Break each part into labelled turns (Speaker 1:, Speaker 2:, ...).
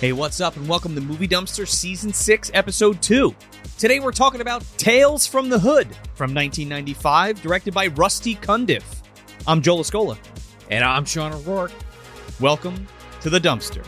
Speaker 1: Hey, what's up, and welcome to Movie Dumpster Season 6, Episode 2. Today we're talking about Tales from the Hood from 1995, directed by Rusty Cundiff. I'm Joel Escola.
Speaker 2: And I'm Sean O'Rourke.
Speaker 1: Welcome to the dumpster.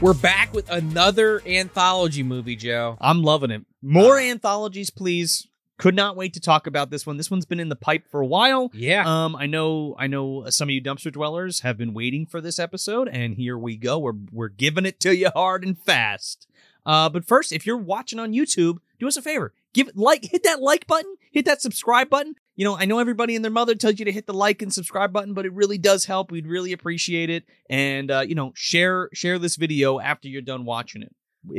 Speaker 2: We're back with another anthology movie, Joe.
Speaker 1: I'm loving it. More
Speaker 2: Uh,
Speaker 1: anthologies, please. Could not wait to talk about this one. This one's been in the pipe for a while.
Speaker 2: Yeah.
Speaker 1: Um, I know, I know. Some of you dumpster dwellers have been waiting for this episode, and here we go. We're we're giving it to you hard and fast. Uh, but first, if you're watching on YouTube, do us a favor: give like, hit that like button, hit that subscribe button. You know, I know everybody and their mother tells you to hit the like and subscribe button, but it really does help. We'd really appreciate it, and uh, you know, share share this video after you're done watching it.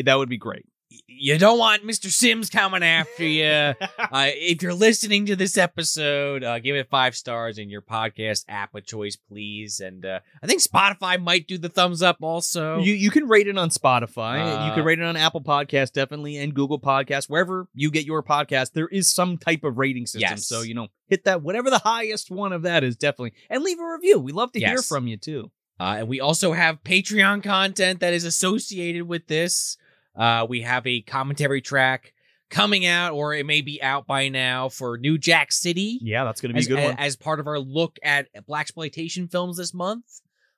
Speaker 1: That would be great.
Speaker 2: Y- you don't want Mr. Sims coming after you. uh, if you're listening to this episode, uh, give it five stars in your podcast app of choice, please. And uh, I think Spotify might do the thumbs up also.
Speaker 1: You you can rate it on Spotify. you
Speaker 2: Oh. Uh,
Speaker 1: can rate it on Apple Podcast, definitely, and Google Podcast. Wherever you get your podcast, there is some type of rating system.
Speaker 2: Yes.
Speaker 1: So you know, hit that whatever the highest one of that is, definitely, and leave a review. We love to hear
Speaker 2: Yes.
Speaker 1: from you too.
Speaker 2: Uh, and we also have Patreon content that is associated with this. Uh, we have a commentary track coming out, or it may be out by now, for New Jack City.
Speaker 1: Yeah, that's gonna
Speaker 2: as, a- as part of our look at black exploitation films this month.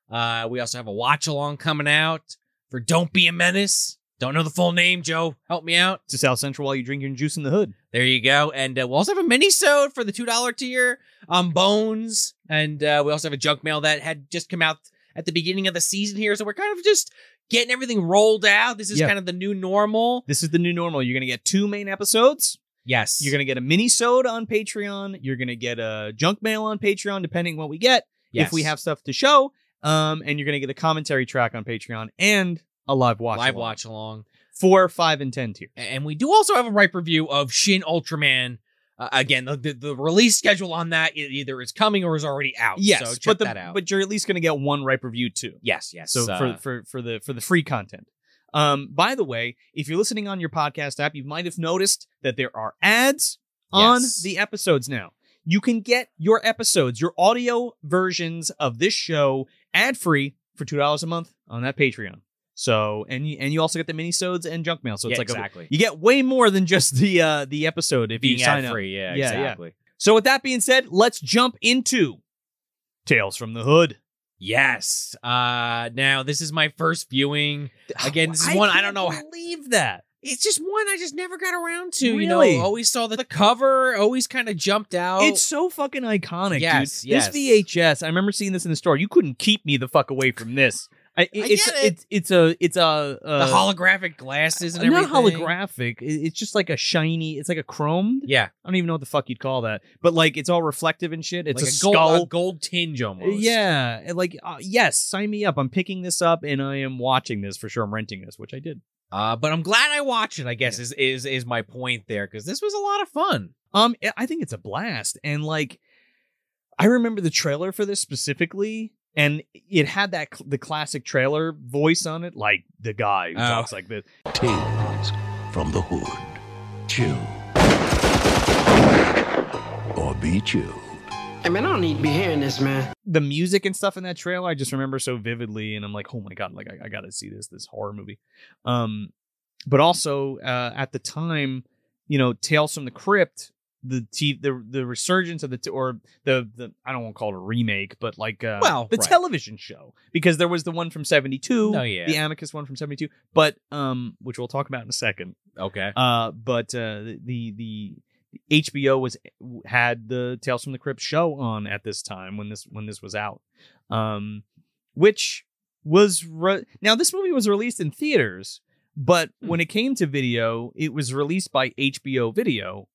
Speaker 2: Uh, we also have a watch along coming out for "Don't Be a Menace." Don't know the full name, Joe. Help me out.
Speaker 1: To South Central while you drink your juice in the hood.
Speaker 2: There you go. And uh, we'll also have a mini sode for the two dollar tier on Bones, and uh, we also have a junk mail that had just come out at the beginning of the season here. So we're kind of just getting everything rolled out. This is
Speaker 1: Yeah.
Speaker 2: kind of the new normal.
Speaker 1: This is the new normal. You're gonna get two main episodes.
Speaker 2: Yes,
Speaker 1: You're gonna get a mini sode on Patreon. You're gonna get a junk mail on Patreon, depending what we get.
Speaker 2: yes.
Speaker 1: if we have stuff to show. Um, and you're gonna get a commentary track on Patreon and a live watch.
Speaker 2: live
Speaker 1: along.
Speaker 2: watch along.
Speaker 1: four, five, and ten tier.
Speaker 2: and we do also have a ripe review of Shin Ultraman. Uh, again, the, the the release schedule on that e- either is coming or is already out. so check
Speaker 1: but the,
Speaker 2: that out.
Speaker 1: but you're at least going to get one ripe review too.
Speaker 2: yes, yes.
Speaker 1: So
Speaker 2: uh,
Speaker 1: for, for for the for the free content. Um, by the way, if you're listening on your podcast app, you might have noticed that there are ads on
Speaker 2: Yes.
Speaker 1: the episodes now. You can get your episodes, your audio versions of this show ad free for two dollars a month on that Patreon. So and you, and you also get the minisodes and junk mail. So it's
Speaker 2: yeah,
Speaker 1: like a-
Speaker 2: exactly
Speaker 1: you get way more than just the uh, the episode if
Speaker 2: being
Speaker 1: you sign
Speaker 2: ad
Speaker 1: up.
Speaker 2: free.
Speaker 1: Yeah,
Speaker 2: Yeah,
Speaker 1: yeah.
Speaker 2: exactly.
Speaker 1: So with that being said, let's jump into Tales from the Hood.
Speaker 2: Yes. Uh, now this is my first viewing. Again, this is one Oh, I don't know how-
Speaker 1: can't Believe that.
Speaker 2: It's just one I just never got around to.
Speaker 1: Really?
Speaker 2: You know, always saw the, the cover, always kind of jumped out.
Speaker 1: It's so fucking iconic,
Speaker 2: Oh. Yes,
Speaker 1: dude.
Speaker 2: yes.
Speaker 1: This VHS, I remember seeing this in the store. You couldn't keep me the fuck away from this. I, it-
Speaker 2: get
Speaker 1: it's,
Speaker 2: it.
Speaker 1: it's it's a it's a
Speaker 2: the
Speaker 1: uh,
Speaker 2: holographic glasses and
Speaker 1: not
Speaker 2: everything.
Speaker 1: holographic. It- It's just like a shiny. It's like a chromed.
Speaker 2: Yeah,
Speaker 1: I don't even know what the fuck you'd call that. But like it's all reflective and shit. It's
Speaker 2: like
Speaker 1: a,
Speaker 2: gold,
Speaker 1: skull. Uh,
Speaker 2: gold tinge almost.
Speaker 1: Yeah, and, like uh, yes, sign me up. I'm picking this up and I am watching this for sure. I'm renting this, which I did.
Speaker 2: Uh, but I'm glad I watched it. I guess is is is my point there because this was a lot of fun.
Speaker 1: Um, I- I think it's a blast, and like, I remember the trailer for this specifically, and it had that cl- the classic trailer voice on it, like the guy who
Speaker 2: Oh.
Speaker 1: talks like this.
Speaker 3: Tales from the Hood. Chill. Or be chilled.
Speaker 4: Hey man, I don't need to be hearing this, man.
Speaker 1: The music and stuff in that trailer, I just remember so vividly, and I'm like, oh my god, like I, I gotta see this this horror movie. Um, but also uh, at the time, you know, Tales from the Crypt, the t- the the resurgence of the t- or the the I don't want to call it a remake, but like uh,
Speaker 2: Well,
Speaker 1: the
Speaker 2: right.
Speaker 1: television show because there was the one from '72,
Speaker 2: Oh, yeah.
Speaker 1: the Amicus one from '72, but um, which we'll talk about in a second.
Speaker 2: Okay.
Speaker 1: Uh, but uh, the the HBO was had the Tales from the Crypt show on at this time when this when this was out, um, which was re- now this movie was released in theaters, but
Speaker 2: Hmm.
Speaker 1: when it came to video, it was released by HBO Video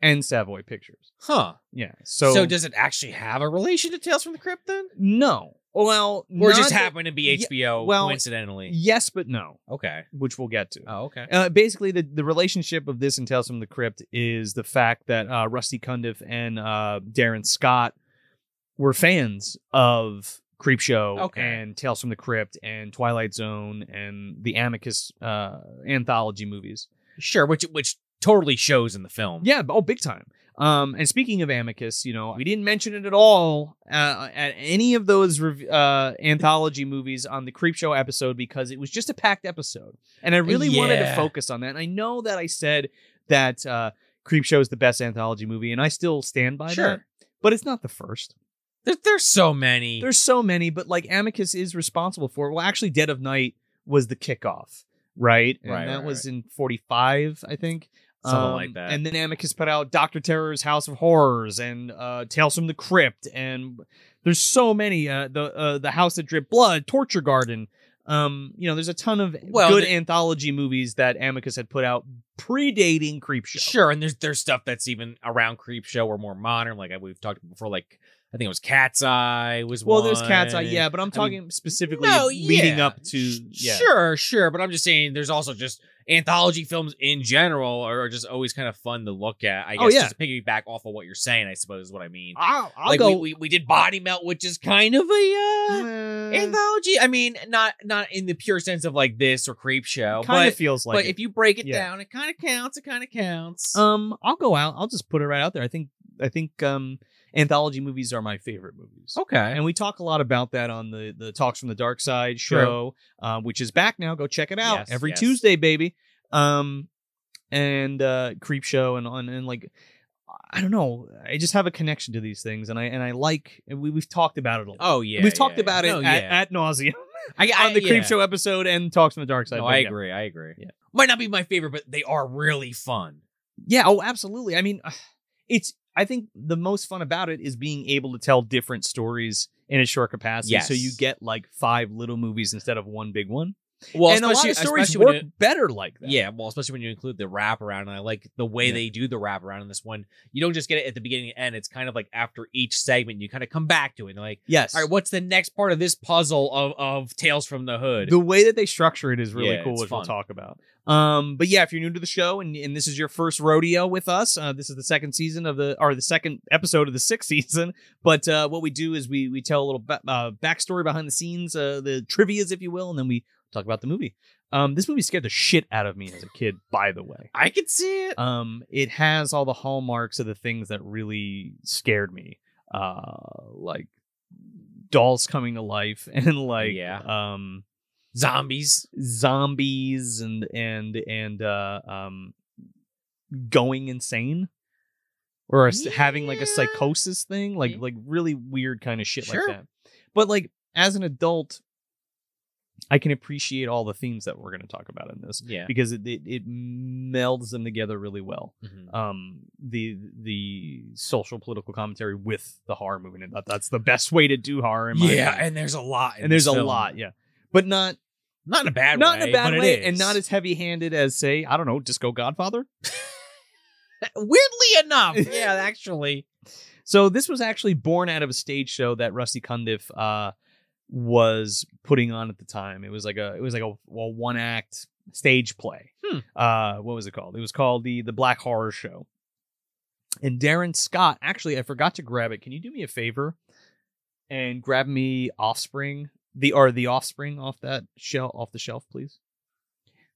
Speaker 1: and Savoy Pictures.
Speaker 2: Huh.
Speaker 1: Yeah, so
Speaker 2: So, does it actually have a relation to Tales from the Crypt then,
Speaker 1: no, well,
Speaker 2: or
Speaker 1: not
Speaker 2: just
Speaker 1: that-
Speaker 2: happened to
Speaker 1: yeah,
Speaker 2: be HBO
Speaker 1: well,
Speaker 2: coincidentally?
Speaker 1: Yes, but no,
Speaker 2: Okay.
Speaker 1: which we'll get to.
Speaker 2: Oh, okay.
Speaker 1: Uh, basically, the, the relationship of this and Tales from the Crypt is the fact that uh, Rusty Cundiff and uh, Darren Scott were fans of Creepshow
Speaker 2: Okay.
Speaker 1: and Tales from the Crypt and Twilight Zone and the Amicus uh, anthology movies.
Speaker 2: Sure. Which which totally shows in the film.
Speaker 1: Yeah, oh, big time. Um, and speaking of Amicus, you know, we didn't mention it at all uh, at any of those rev- uh, anthology movies on the Creepshow episode because it was just a packed episode, and I really wanted to
Speaker 2: Yeah.
Speaker 1: focus on that. And I know that I said that uh, Creepshow is the best anthology movie, and I still stand by that.
Speaker 2: Sure.
Speaker 1: But it's not the first.
Speaker 2: There, there's so many.
Speaker 1: There's so many, but like Amicus is responsible for. It. Well, actually, Dead of Night was the kickoff, right? And
Speaker 2: Right,
Speaker 1: that
Speaker 2: right,
Speaker 1: was in '45, I think.
Speaker 2: something
Speaker 1: Um,
Speaker 2: like that.
Speaker 1: And then Amicus put out Doctor Terror's House of Horrors and uh, Tales from the Crypt, and there's so many. Uh, the uh, the House that Dripped Blood, Torture Garden. Um, you know, there's a ton of
Speaker 2: Well,
Speaker 1: good
Speaker 2: the-
Speaker 1: anthology movies that Amicus had put out predating Creepshow.
Speaker 2: Sure, and there's there's stuff that's even around Creep Show or more modern, like uh, we've talked before. Like I think it was Cat's Eye was
Speaker 1: Well,
Speaker 2: one.
Speaker 1: there's Cat's Eye, yeah, but I'm
Speaker 2: I mean,
Speaker 1: talking specifically
Speaker 2: no,
Speaker 1: leading
Speaker 2: yeah.
Speaker 1: up to.
Speaker 2: Sh-
Speaker 1: Yeah.
Speaker 2: Sure, sure, but I'm just saying there's also just anthology films in general are are just always kind of fun to look at. I guess
Speaker 1: Oh, yeah.
Speaker 2: just to piggyback off of what you're saying, I suppose is what I mean.
Speaker 1: I'll, I'll
Speaker 2: like
Speaker 1: go.
Speaker 2: we, we we did Body Melt, which is kind of a uh,
Speaker 1: Uh,
Speaker 2: anthology. I mean, not not in the pure sense of like this or Creep Show,
Speaker 1: kind
Speaker 2: but
Speaker 1: of feels like.
Speaker 2: but
Speaker 1: it.
Speaker 2: if you break it
Speaker 1: Yeah.
Speaker 2: down, it kind of counts. It kind of counts.
Speaker 1: Um, I'll go out. I'll just put it right out there. I think I think um anthology movies are my favorite movies.
Speaker 2: okay.
Speaker 1: And we talk a lot about that on the the Talks from the Dark Side
Speaker 2: True.
Speaker 1: show, uh, which is back now. Go check it out
Speaker 2: Yes,
Speaker 1: every
Speaker 2: yes.
Speaker 1: Tuesday, baby. Um, and uh, Creep Show and on and like I don't know. I just have a connection to these things, and I and I like. and We we've talked about it a lot.
Speaker 2: Oh yeah,
Speaker 1: we've talked
Speaker 2: yeah,
Speaker 1: about it
Speaker 2: yeah. No,
Speaker 1: at,
Speaker 2: yeah.
Speaker 1: at nauseum
Speaker 2: I, I-
Speaker 1: on the
Speaker 2: yeah.
Speaker 1: Creep Show episode and Talks from the Dark Side.
Speaker 2: No,
Speaker 1: but
Speaker 2: I
Speaker 1: yeah.
Speaker 2: agree. I agree.
Speaker 1: Yeah.
Speaker 2: Might not be my favorite, but they are really fun.
Speaker 1: Yeah, oh, absolutely. I mean, it's I think the most fun about it is being able to tell different stories in a short capacity.
Speaker 2: Yes.
Speaker 1: So you get like five little movies instead of one big one.
Speaker 2: Well,
Speaker 1: and a lot of stories work better like that.
Speaker 2: Yeah, well, especially when you include the wraparound, and I like the way
Speaker 1: Yeah.
Speaker 2: they do the wraparound in this one. You don't just get it at the beginning and end. It's kind of like after each segment, you kind of come back to it. And like,
Speaker 1: Yes.
Speaker 2: all right, what's the next part of this puzzle of of Tales from the Hood?
Speaker 1: the way that they structure it is really
Speaker 2: Yeah,
Speaker 1: cool,
Speaker 2: it's
Speaker 1: which we'll
Speaker 2: fun.
Speaker 1: talk about. Um, but yeah, if you're new to the show and, and this is your first rodeo with us, uh, this is the second season of the or the second episode of the sixth season. But uh, what we do is we we tell a little ba- uh, backstory behind the scenes, uh, the trivia's, if you will, and then we talk about the movie. Um, this movie scared the shit out of me as a kid. By the way,
Speaker 2: I can see it.
Speaker 1: um, it has all the hallmarks of the things that really scared me, uh, like dolls coming to life and like
Speaker 2: Yeah.
Speaker 1: um
Speaker 2: Zombies.
Speaker 1: zombies and and and uh um going insane or a s- having like a
Speaker 2: Yeah.
Speaker 1: psychosis thing like
Speaker 2: Mhm.
Speaker 1: like really weird kind of shit
Speaker 2: Sure.
Speaker 1: like that but like as an adult i can appreciate all the themes that we're going to talk about in this
Speaker 2: Yeah.
Speaker 1: because it, it it melds them together really well
Speaker 2: Mhm.
Speaker 1: um the the social political commentary with the horror movie and that, that's the best way to do horror in my
Speaker 2: Yeah,
Speaker 1: opinion.
Speaker 2: and there's a lot. in
Speaker 1: and there's
Speaker 2: this
Speaker 1: a
Speaker 2: film.
Speaker 1: lot yeah but not
Speaker 2: Not in a bad
Speaker 1: not
Speaker 2: way.
Speaker 1: in a bad
Speaker 2: but it
Speaker 1: way,
Speaker 2: is.
Speaker 1: and not as heavy-handed as say I don't know Disco Godfather.
Speaker 2: weirdly enough. yeah, actually.
Speaker 1: So this was actually born out of a stage show that Rusty Cundiff uh, was putting on at the time. It was like a it was like a, a one-act stage play.
Speaker 2: Hmm.
Speaker 1: Uh, what was it called? It was called the the Black Horror Show. And Darren Scott, actually, I forgot to grab it. Can you do me a favor and grab me Offspring, the or the Offspring off that shelf off the shelf, please?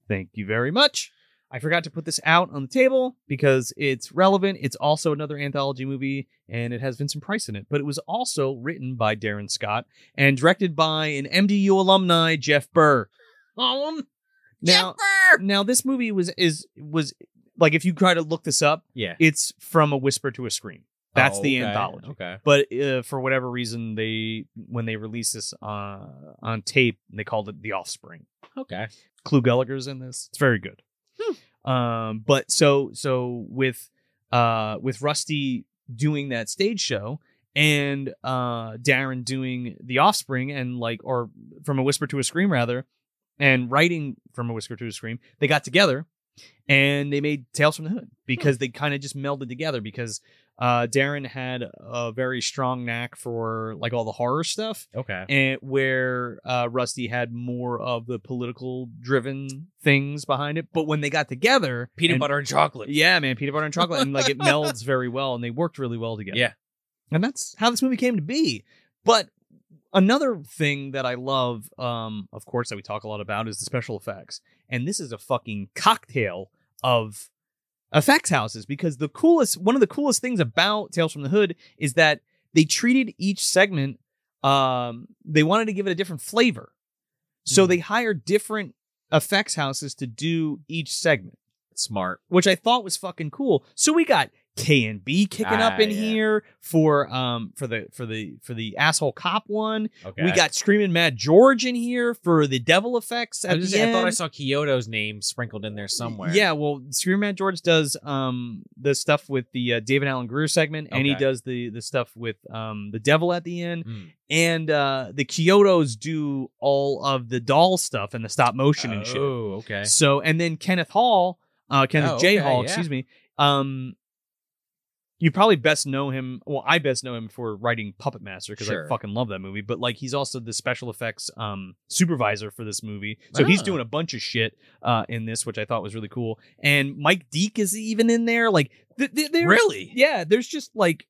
Speaker 1: Thank you very much. I forgot to put this out on the table because it's relevant. It's also another anthology movie and it has Vincent Price in it, but it was also written by Darren Scott and directed by an MDU alumni, Jeff Burr.
Speaker 2: Um,
Speaker 1: Now, now this movie was is was like if you try to look this up,
Speaker 2: Yeah.
Speaker 1: it's from a whisper to a scream. That's
Speaker 2: Oh,
Speaker 1: the
Speaker 2: okay,
Speaker 1: anthology.
Speaker 2: Okay.
Speaker 1: But uh, for whatever reason, they when they released this uh, on tape, they called it The Offspring.
Speaker 2: Okay.
Speaker 1: Clue Gallagher's in this. It's very good. Um, but so so with uh with Rusty doing that stage show and uh Darren doing The Offspring and like or from a whisper to a scream rather, and writing from a whisper to a scream, they got together and they made Tales from the Hood because they kind of just melded together because uh Darren had a very strong knack for like all the horror stuff
Speaker 2: Okay.
Speaker 1: and where uh, Rusty had more of the political driven things behind it. But when they got together,
Speaker 2: Peanut
Speaker 1: and-
Speaker 2: butter and chocolate.
Speaker 1: yeah, man, peanut butter and chocolate, and like it melds very well, and they worked really well together.
Speaker 2: Yeah.
Speaker 1: and that's how this movie came to be. But another thing that I love, um, of course, that we talk a lot about is the special effects, and this is a fucking cocktail of effects houses because the coolest one of the coolest things about Tales from the Hood is that they treated each segment um they wanted to give it a different flavor. So
Speaker 2: Mhm.
Speaker 1: they hired different effects houses to do each segment,
Speaker 2: Smart.
Speaker 1: which I thought was fucking cool. So we got K and B kicking
Speaker 2: Ah,
Speaker 1: up in
Speaker 2: yeah.
Speaker 1: here for um for the for the for the asshole cop one.
Speaker 2: Okay.
Speaker 1: We got screaming Mad George in here for the devil effects.
Speaker 2: I,
Speaker 1: At
Speaker 2: was
Speaker 1: the
Speaker 2: just- I
Speaker 1: end.
Speaker 2: thought I saw Kyoto's name sprinkled in there somewhere.
Speaker 1: Yeah, well, Screaming Mad George does um the stuff with the uh, David Allen Greer segment, and he
Speaker 2: Okay.
Speaker 1: does the the stuff with um the devil at the end,
Speaker 2: Mm.
Speaker 1: and uh the Kyotos do all of the doll stuff and the stop motion and shit.
Speaker 2: Oh, okay.
Speaker 1: So and then Kenneth Hall, uh Kenneth
Speaker 2: Oh,
Speaker 1: J
Speaker 2: okay,
Speaker 1: Hall,
Speaker 2: yeah.
Speaker 1: excuse me. Um you probably best know him. Well, I best know him for writing Puppet Master because
Speaker 2: Sure.
Speaker 1: I fucking love that movie. But like, he's also the special effects um, supervisor for this movie, so he's
Speaker 2: Ah.
Speaker 1: doing a bunch of shit uh, in this, which I thought was really cool. And Mike Deke is even in there. Like, th- th- there-
Speaker 2: Really?
Speaker 1: yeah, there's just like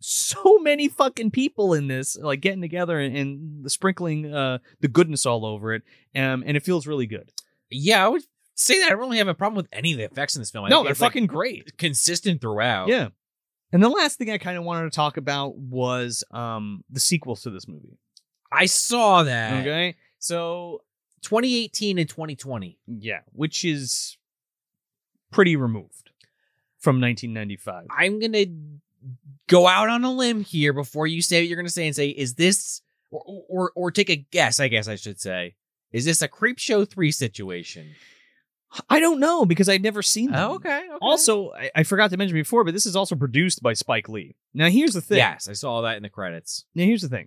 Speaker 1: so many fucking people in this, like getting together and, and sprinkling uh, the goodness all over it, um, and it feels really good.
Speaker 2: Yeah, I would say that I don't really have a problem with any of the effects in this film. I
Speaker 1: No,
Speaker 2: think
Speaker 1: they're
Speaker 2: it's, like,
Speaker 1: fucking great.
Speaker 2: consistent throughout.
Speaker 1: Yeah. And the last thing I kind of wanted to talk about was um the sequels to this movie.
Speaker 2: I saw that.
Speaker 1: Okay. So
Speaker 2: 2018 and 2020.
Speaker 1: yeah, which is pretty removed from 1995.
Speaker 2: I'm gonna go out on a limb here before you say what you're gonna say and say, is this or or or take a guess? I guess I should say, is this a creep show three situation?
Speaker 1: I don't know because I'd never seen them.
Speaker 2: okay.
Speaker 1: Also, I, I forgot to mention before, but this is also produced by Spike Lee. Now here's the thing.
Speaker 2: yes, I saw that in the credits.
Speaker 1: Now here's the thing.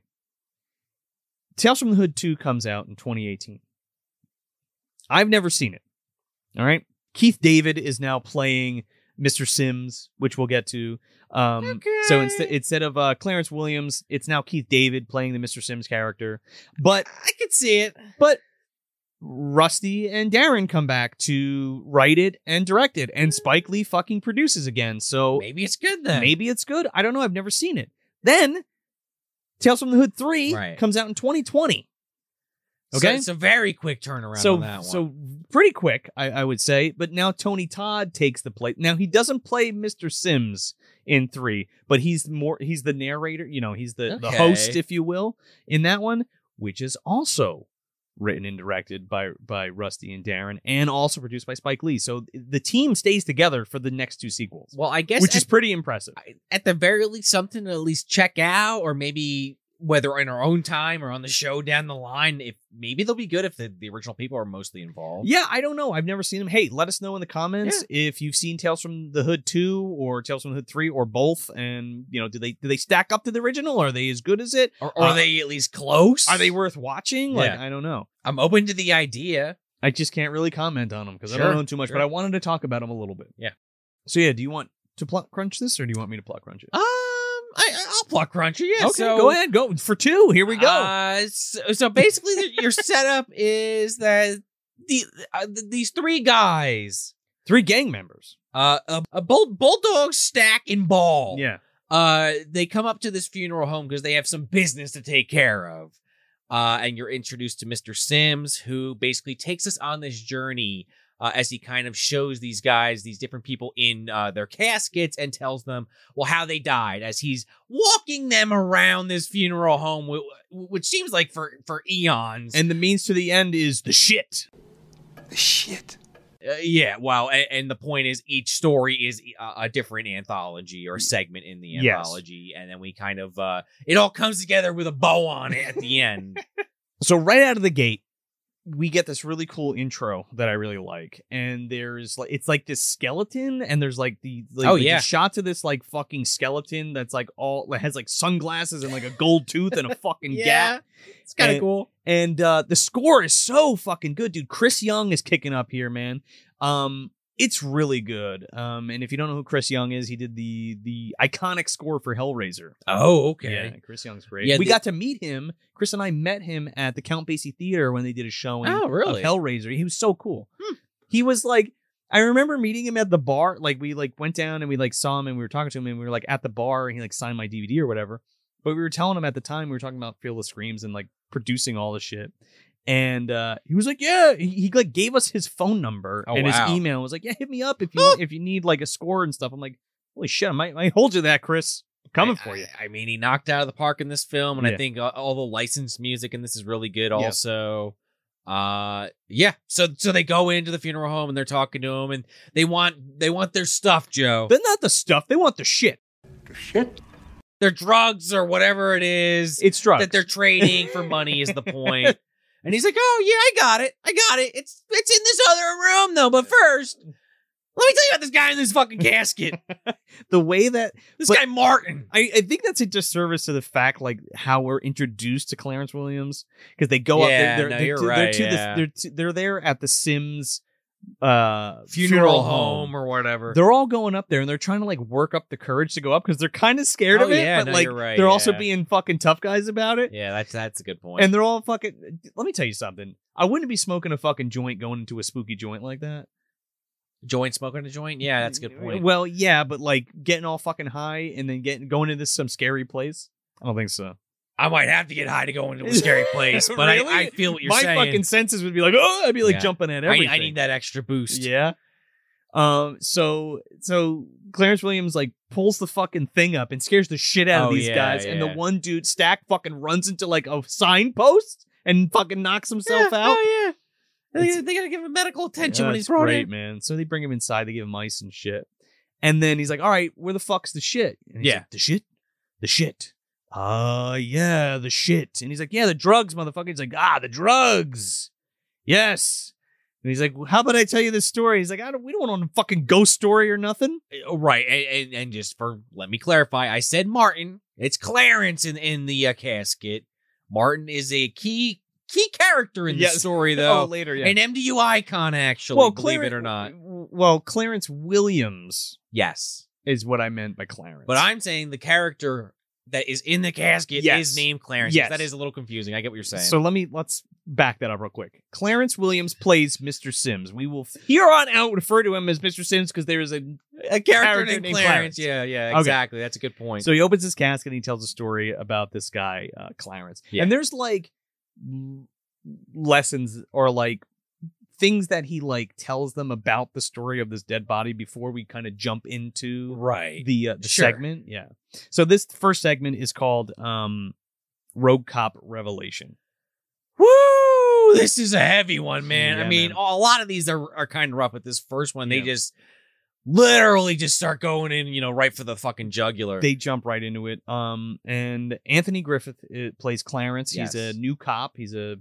Speaker 1: Tales from the Hood 2 comes out in 2018. I've never seen it. All right. Keith David is now playing Mr. Sims, which we'll get to. Um, So
Speaker 2: Okay.
Speaker 1: instead instead of uh, Clarence Williams, it's now Keith David playing the Mr. Sims character. But
Speaker 2: I could see it.
Speaker 1: Rusty and Darren come back to write it and direct it, and Spike Lee fucking produces again. So
Speaker 2: Maybe it's good then.
Speaker 1: Oh, Maybe it's good. I don't know. I've never seen it. Then Tales from the Hood 3
Speaker 2: Right.
Speaker 1: comes out in 2020.
Speaker 2: So
Speaker 1: okay.
Speaker 2: it's a very quick turnaround on
Speaker 1: So,
Speaker 2: that one.
Speaker 1: so pretty quick, I, I would say. But now Tony Todd takes the place. Now he doesn't play Mr. Sims in three, but he's more he's the narrator, you know, he's the, the
Speaker 2: Okay.
Speaker 1: host, if you will, in that one, which is also written and directed by by Rusty and Darren and also produced by Spike Lee. So the team stays together for the next two sequels.
Speaker 2: well, I guess
Speaker 1: Which
Speaker 2: at,
Speaker 1: is pretty impressive.
Speaker 2: at the very least something to at least check out, or maybe whether in our own time or on the show down the line. If maybe they'll be good if the, the original people are mostly involved.
Speaker 1: Yeah, I don't know. I've never seen them. Hey, let us know in the comments if you've seen Tales from the Hood 2 or Tales from the Hood 3 or both and, you know, do they do they stack up to the original? Are they as good as it?
Speaker 2: Or, or are
Speaker 1: Uh,
Speaker 2: they at least close?
Speaker 1: Are they worth watching? Like,
Speaker 2: Yeah.
Speaker 1: I don't know.
Speaker 2: I'm open to the idea.
Speaker 1: I just can't really comment on them because I
Speaker 2: Sure,
Speaker 1: don't know too much,
Speaker 2: sure.
Speaker 1: but I wanted to talk about them a little bit.
Speaker 2: Yeah.
Speaker 1: So yeah, do you want to plot crunch this or do you want me to plot crunch it?
Speaker 2: Um, I, I'll pluck Cruncher. Yeah.
Speaker 1: okay,
Speaker 2: so,
Speaker 1: go ahead. Go for two. Here we go.
Speaker 2: Uh, so, so basically, the- your setup is that the uh, th- these three guys,
Speaker 1: Three gang members.
Speaker 2: uh, a, a bull, bulldog stack and ball.
Speaker 1: Yeah.
Speaker 2: Uh, they come up to this funeral home because they have some business to take care of. Uh, and you're introduced to Mr. Sims, who basically takes us on this journey uh, as he kind of shows these guys, these different people in uh, their caskets and tells them, well, how they died as he's walking them around this funeral home, wh- wh- which seems like for, for eons.
Speaker 1: And the means to the end is the shit.
Speaker 3: Shit.
Speaker 2: Uh, yeah, wow. And, and the point is, each story is e, a, a different anthology or segment in the
Speaker 1: Yes.
Speaker 2: anthology, and then we kind of uh, it all comes together with a bow on it at the end.
Speaker 1: So right out of the gate, we get this really cool intro that I really like, and there's like it's like this skeleton, and there's like the like,
Speaker 2: Oh,
Speaker 1: the
Speaker 2: yeah.
Speaker 1: shots of this like fucking skeleton that's like all that has like sunglasses and like a gold tooth and a fucking gap,
Speaker 2: it's kind
Speaker 1: And-
Speaker 2: of cool.
Speaker 1: and uh, the score is so fucking good, dude. Chris Young is kicking up here, man. Um, it's really good. Um, and if you don't know who Chris Young is, he did the the iconic score for Hellraiser.
Speaker 2: Oh,
Speaker 1: Yeah, Chris Young's great.
Speaker 2: Yeah,
Speaker 1: we
Speaker 2: the-
Speaker 1: got to meet him. Chris and I met him at the Count Basie Theater when they did a showing
Speaker 2: Oh, really? Hmm.
Speaker 1: of Hellraiser. He was so cool. He was like, I remember meeting him at the bar. Like we like went down and we like saw him and we were talking to him and we were like at the bar and he like signed my DVD or whatever. But we were telling him at the time we were talking about Feel the Screams and like producing all this shit. and uh, he was like, "Yeah." He, he like gave us his phone number
Speaker 2: Oh,
Speaker 1: and
Speaker 2: wow.
Speaker 1: his email. Was like, "Yeah, hit me up if you if you need like a score and stuff." I'm like, "Holy shit, I might, I hold you that, Chris. Coming
Speaker 2: I-
Speaker 1: for you."
Speaker 2: I, I mean, he knocked out of the park in this film, and I
Speaker 1: Yeah.
Speaker 2: think all, all the licensed music in this is really good.
Speaker 1: Yeah.
Speaker 2: Also, uh, yeah. So so they go into the funeral home and they're talking to him, and they want they want their stuff, Joe.
Speaker 1: They're not the stuff. They want the shit.
Speaker 3: Shit.
Speaker 2: their drugs or whatever it is
Speaker 1: It's drugs.
Speaker 2: that they're trading for money is the point. And he's like, "Oh yeah, I got it, I got it. It's it's in this other room though. But first, let me tell you about this guy in this fucking casket.
Speaker 1: the way that
Speaker 2: This
Speaker 1: But-
Speaker 2: guy Martin.
Speaker 1: I, I think that's a disservice to the fact, like how we're introduced to Clarence Williams, because they go up. They're,
Speaker 2: Yeah,
Speaker 1: they're,
Speaker 2: no,
Speaker 1: they're
Speaker 2: you're
Speaker 1: to,
Speaker 2: right,
Speaker 1: They're, to the,
Speaker 2: yeah.
Speaker 1: they're, to, they're there at the Sims uh,
Speaker 2: or whatever.
Speaker 1: They're all going up there and they're trying to like work up the courage to go up because they're kind of scared
Speaker 2: Oh,
Speaker 1: of it,
Speaker 2: yeah,
Speaker 1: but
Speaker 2: no,
Speaker 1: like
Speaker 2: you're right,
Speaker 1: they're also
Speaker 2: yeah.
Speaker 1: being fucking tough guys about it.
Speaker 2: yeah, that's that's a good point.
Speaker 1: And they're all fucking. Let me tell you something. I wouldn't be smoking a fucking joint going into a spooky joint like that.
Speaker 2: joint smoking a joint. Yeah, that's a good point.
Speaker 1: Well, yeah, but like getting all fucking high and then getting going into some scary place. I don't think so.
Speaker 2: I might have to get high to go into a scary place, but
Speaker 1: Really?
Speaker 2: I, I feel what you're
Speaker 1: My
Speaker 2: saying.
Speaker 1: fucking senses would be like, oh, I'd be like
Speaker 2: Yeah.
Speaker 1: jumping at
Speaker 2: I,
Speaker 1: everything.
Speaker 2: I need that extra boost.
Speaker 1: Yeah. Um. So so Clarence Williams like pulls the fucking thing up and scares the shit out
Speaker 2: Oh,
Speaker 1: of these
Speaker 2: yeah,
Speaker 1: guys, and the
Speaker 2: yeah.
Speaker 1: one dude Stack fucking runs into like a signpost and fucking knocks himself
Speaker 2: Yeah,
Speaker 1: out.
Speaker 2: Oh yeah, they,
Speaker 1: It's-
Speaker 2: they gotta give him medical attention
Speaker 1: Yeah,
Speaker 2: when
Speaker 1: it's
Speaker 2: he's brought
Speaker 1: great,
Speaker 2: in.
Speaker 1: man. So they bring him inside, they give him ice and shit. And then he's like, All right, where the fuck's the shit? And he's
Speaker 2: Yeah.
Speaker 1: like, the shit? The shit. Uh yeah, the shit. And he's like, Yeah, the drugs, motherfucker. He's like, ah, the drugs. Yes. And he's like, well, how about I tell you this story? He's like, I don't we don't want a fucking ghost story or nothing.
Speaker 2: Uh, Right, and, and and just for let me clarify, I said Martin. It's Clarence in in the uh, casket. Martin is a key key character in the
Speaker 1: Yes. Oh,
Speaker 2: story, though,
Speaker 1: later,
Speaker 2: an MDU icon, actually. believe it or not,
Speaker 1: Well, Clarence Williams
Speaker 2: yes.
Speaker 1: is what I meant by Clarence.
Speaker 2: But I'm saying the character that is in the casket
Speaker 1: Yes.
Speaker 2: is named Clarence.
Speaker 1: Yes.
Speaker 2: Yes. That is a little confusing. I get what you're saying.
Speaker 1: So let me let's back that up real quick. Clarence Williams plays Mr. Sims. We will here on out refer to him as Mr. Sims because there is a
Speaker 2: a
Speaker 1: character
Speaker 2: character,
Speaker 1: named
Speaker 2: named,
Speaker 1: Clarence.
Speaker 2: Clarence. Yeah, yeah,
Speaker 1: Okay.
Speaker 2: exactly. That's a good point.
Speaker 1: so he opens his casket and he tells a story about this guy uh, Clarence.
Speaker 2: Yeah.
Speaker 1: And there's like l- lessons or like things that he like tells them about the story of this dead body before we kind of jump into
Speaker 2: right.
Speaker 1: the uh, the
Speaker 2: Sure.
Speaker 1: segment. Yeah. So this first segment is called um Rogue Cop Revelation.
Speaker 2: Woo! This is a heavy one, man.
Speaker 1: Yeah,
Speaker 2: I mean,
Speaker 1: man.
Speaker 2: a lot of these are, are kind of rough, but this first one, they
Speaker 1: Yeah.
Speaker 2: just literally just start going in, you know, right for the fucking jugular.
Speaker 1: they jump right into it. Um, and Anthony Griffith uh, plays Clarence. He's a
Speaker 2: Yes.
Speaker 1: new cop. He's a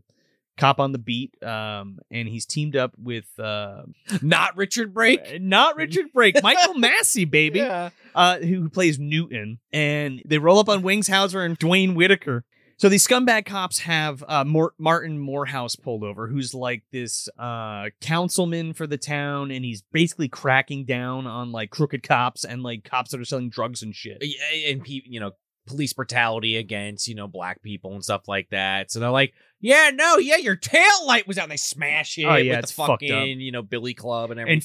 Speaker 1: cop on the beat. Um, and he's teamed up with uh, eh,
Speaker 2: Not Richard Brake.
Speaker 1: not Richard Brake, Michael Massey, baby,
Speaker 2: Yeah.
Speaker 1: uh, who plays Newton. And they roll up on Wingshauser and Dwayne Whitaker. So these scumbag cops have uh, Mor- Martin Morehouse pulled over, who's like this uh, councilman for the town, and he's basically cracking down on like crooked cops and like cops that are selling drugs and shit.
Speaker 2: Yeah, And, pe- you know, police brutality against, you know, black people and stuff like that. So they're like, yeah, no, yeah, your tail light was out. And they smash it
Speaker 1: Oh, yeah,
Speaker 2: with
Speaker 1: it's
Speaker 2: the
Speaker 1: fucked up.
Speaker 2: fucking, you know, Billy Club and everything.
Speaker 1: and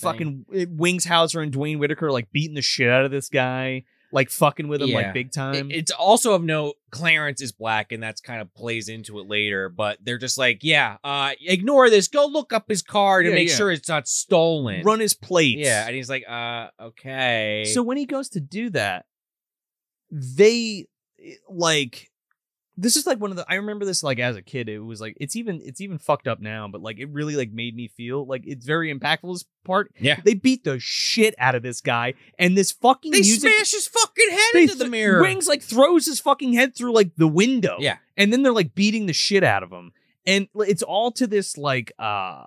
Speaker 1: fucking Wings Hauser and Dwayne Whitaker like beating the shit out of this guy, like fucking with him
Speaker 2: Yeah.
Speaker 1: like big time.
Speaker 2: It- It's also of note, Clarence is black, and that's kind of plays into it later. But they're just like, yeah, uh, ignore this. Go look up his car to
Speaker 1: Yeah,
Speaker 2: make
Speaker 1: yeah.
Speaker 2: sure it's not stolen.
Speaker 1: Run his plates.
Speaker 2: Yeah, and he's like, uh, okay.
Speaker 1: So when he goes to do that, they eh, like this is like one of the I remember this like as a kid. It was like it's even it's even fucked up now, but like it really like made me feel like it's very impactful this part.
Speaker 2: Yeah.
Speaker 1: They beat the shit out of this guy and this fucking
Speaker 2: they
Speaker 1: music
Speaker 2: smash his fucking head
Speaker 1: They
Speaker 2: into the
Speaker 1: th-
Speaker 2: mirror.
Speaker 1: Wings like throws his fucking head through like the window.
Speaker 2: Yeah.
Speaker 1: And then they're like beating the shit out of him. And l- it's all to this like uh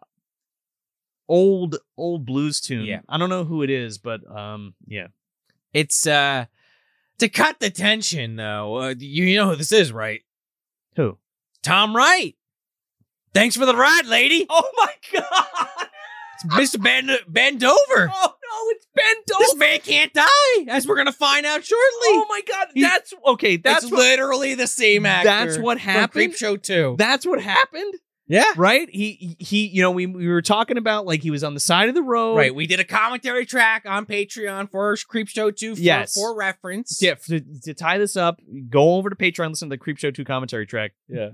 Speaker 1: old old blues tune.
Speaker 2: Yeah.
Speaker 1: I don't know who it is, but um yeah.
Speaker 2: It's uh to cut the tension, though. Uh, you, you know who this is, right?
Speaker 1: Who?
Speaker 2: Tom Wright. Thanks for the ride, lady.
Speaker 1: Oh my god.
Speaker 2: It's Mr. Bend bend over.
Speaker 1: Oh no, it's bent
Speaker 2: This
Speaker 1: over.
Speaker 2: man can't die, as we're gonna find out shortly.
Speaker 1: Oh my god.
Speaker 2: He's-
Speaker 1: That's okay, that's
Speaker 2: it's
Speaker 1: what
Speaker 2: literally the same actor.
Speaker 1: That's what happened?
Speaker 2: From Creepshow Two.
Speaker 1: that's what happened,
Speaker 2: yeah.
Speaker 1: right? He he you know, we we were talking about like he was on the side of the road.
Speaker 2: Right. We did a commentary track on Patreon for Creepshow Two for,
Speaker 1: Yes.
Speaker 2: for reference.
Speaker 1: Yeah, to, to tie this up, go over to Patreon, listen to the Creep Show 2 commentary track.
Speaker 2: Yeah.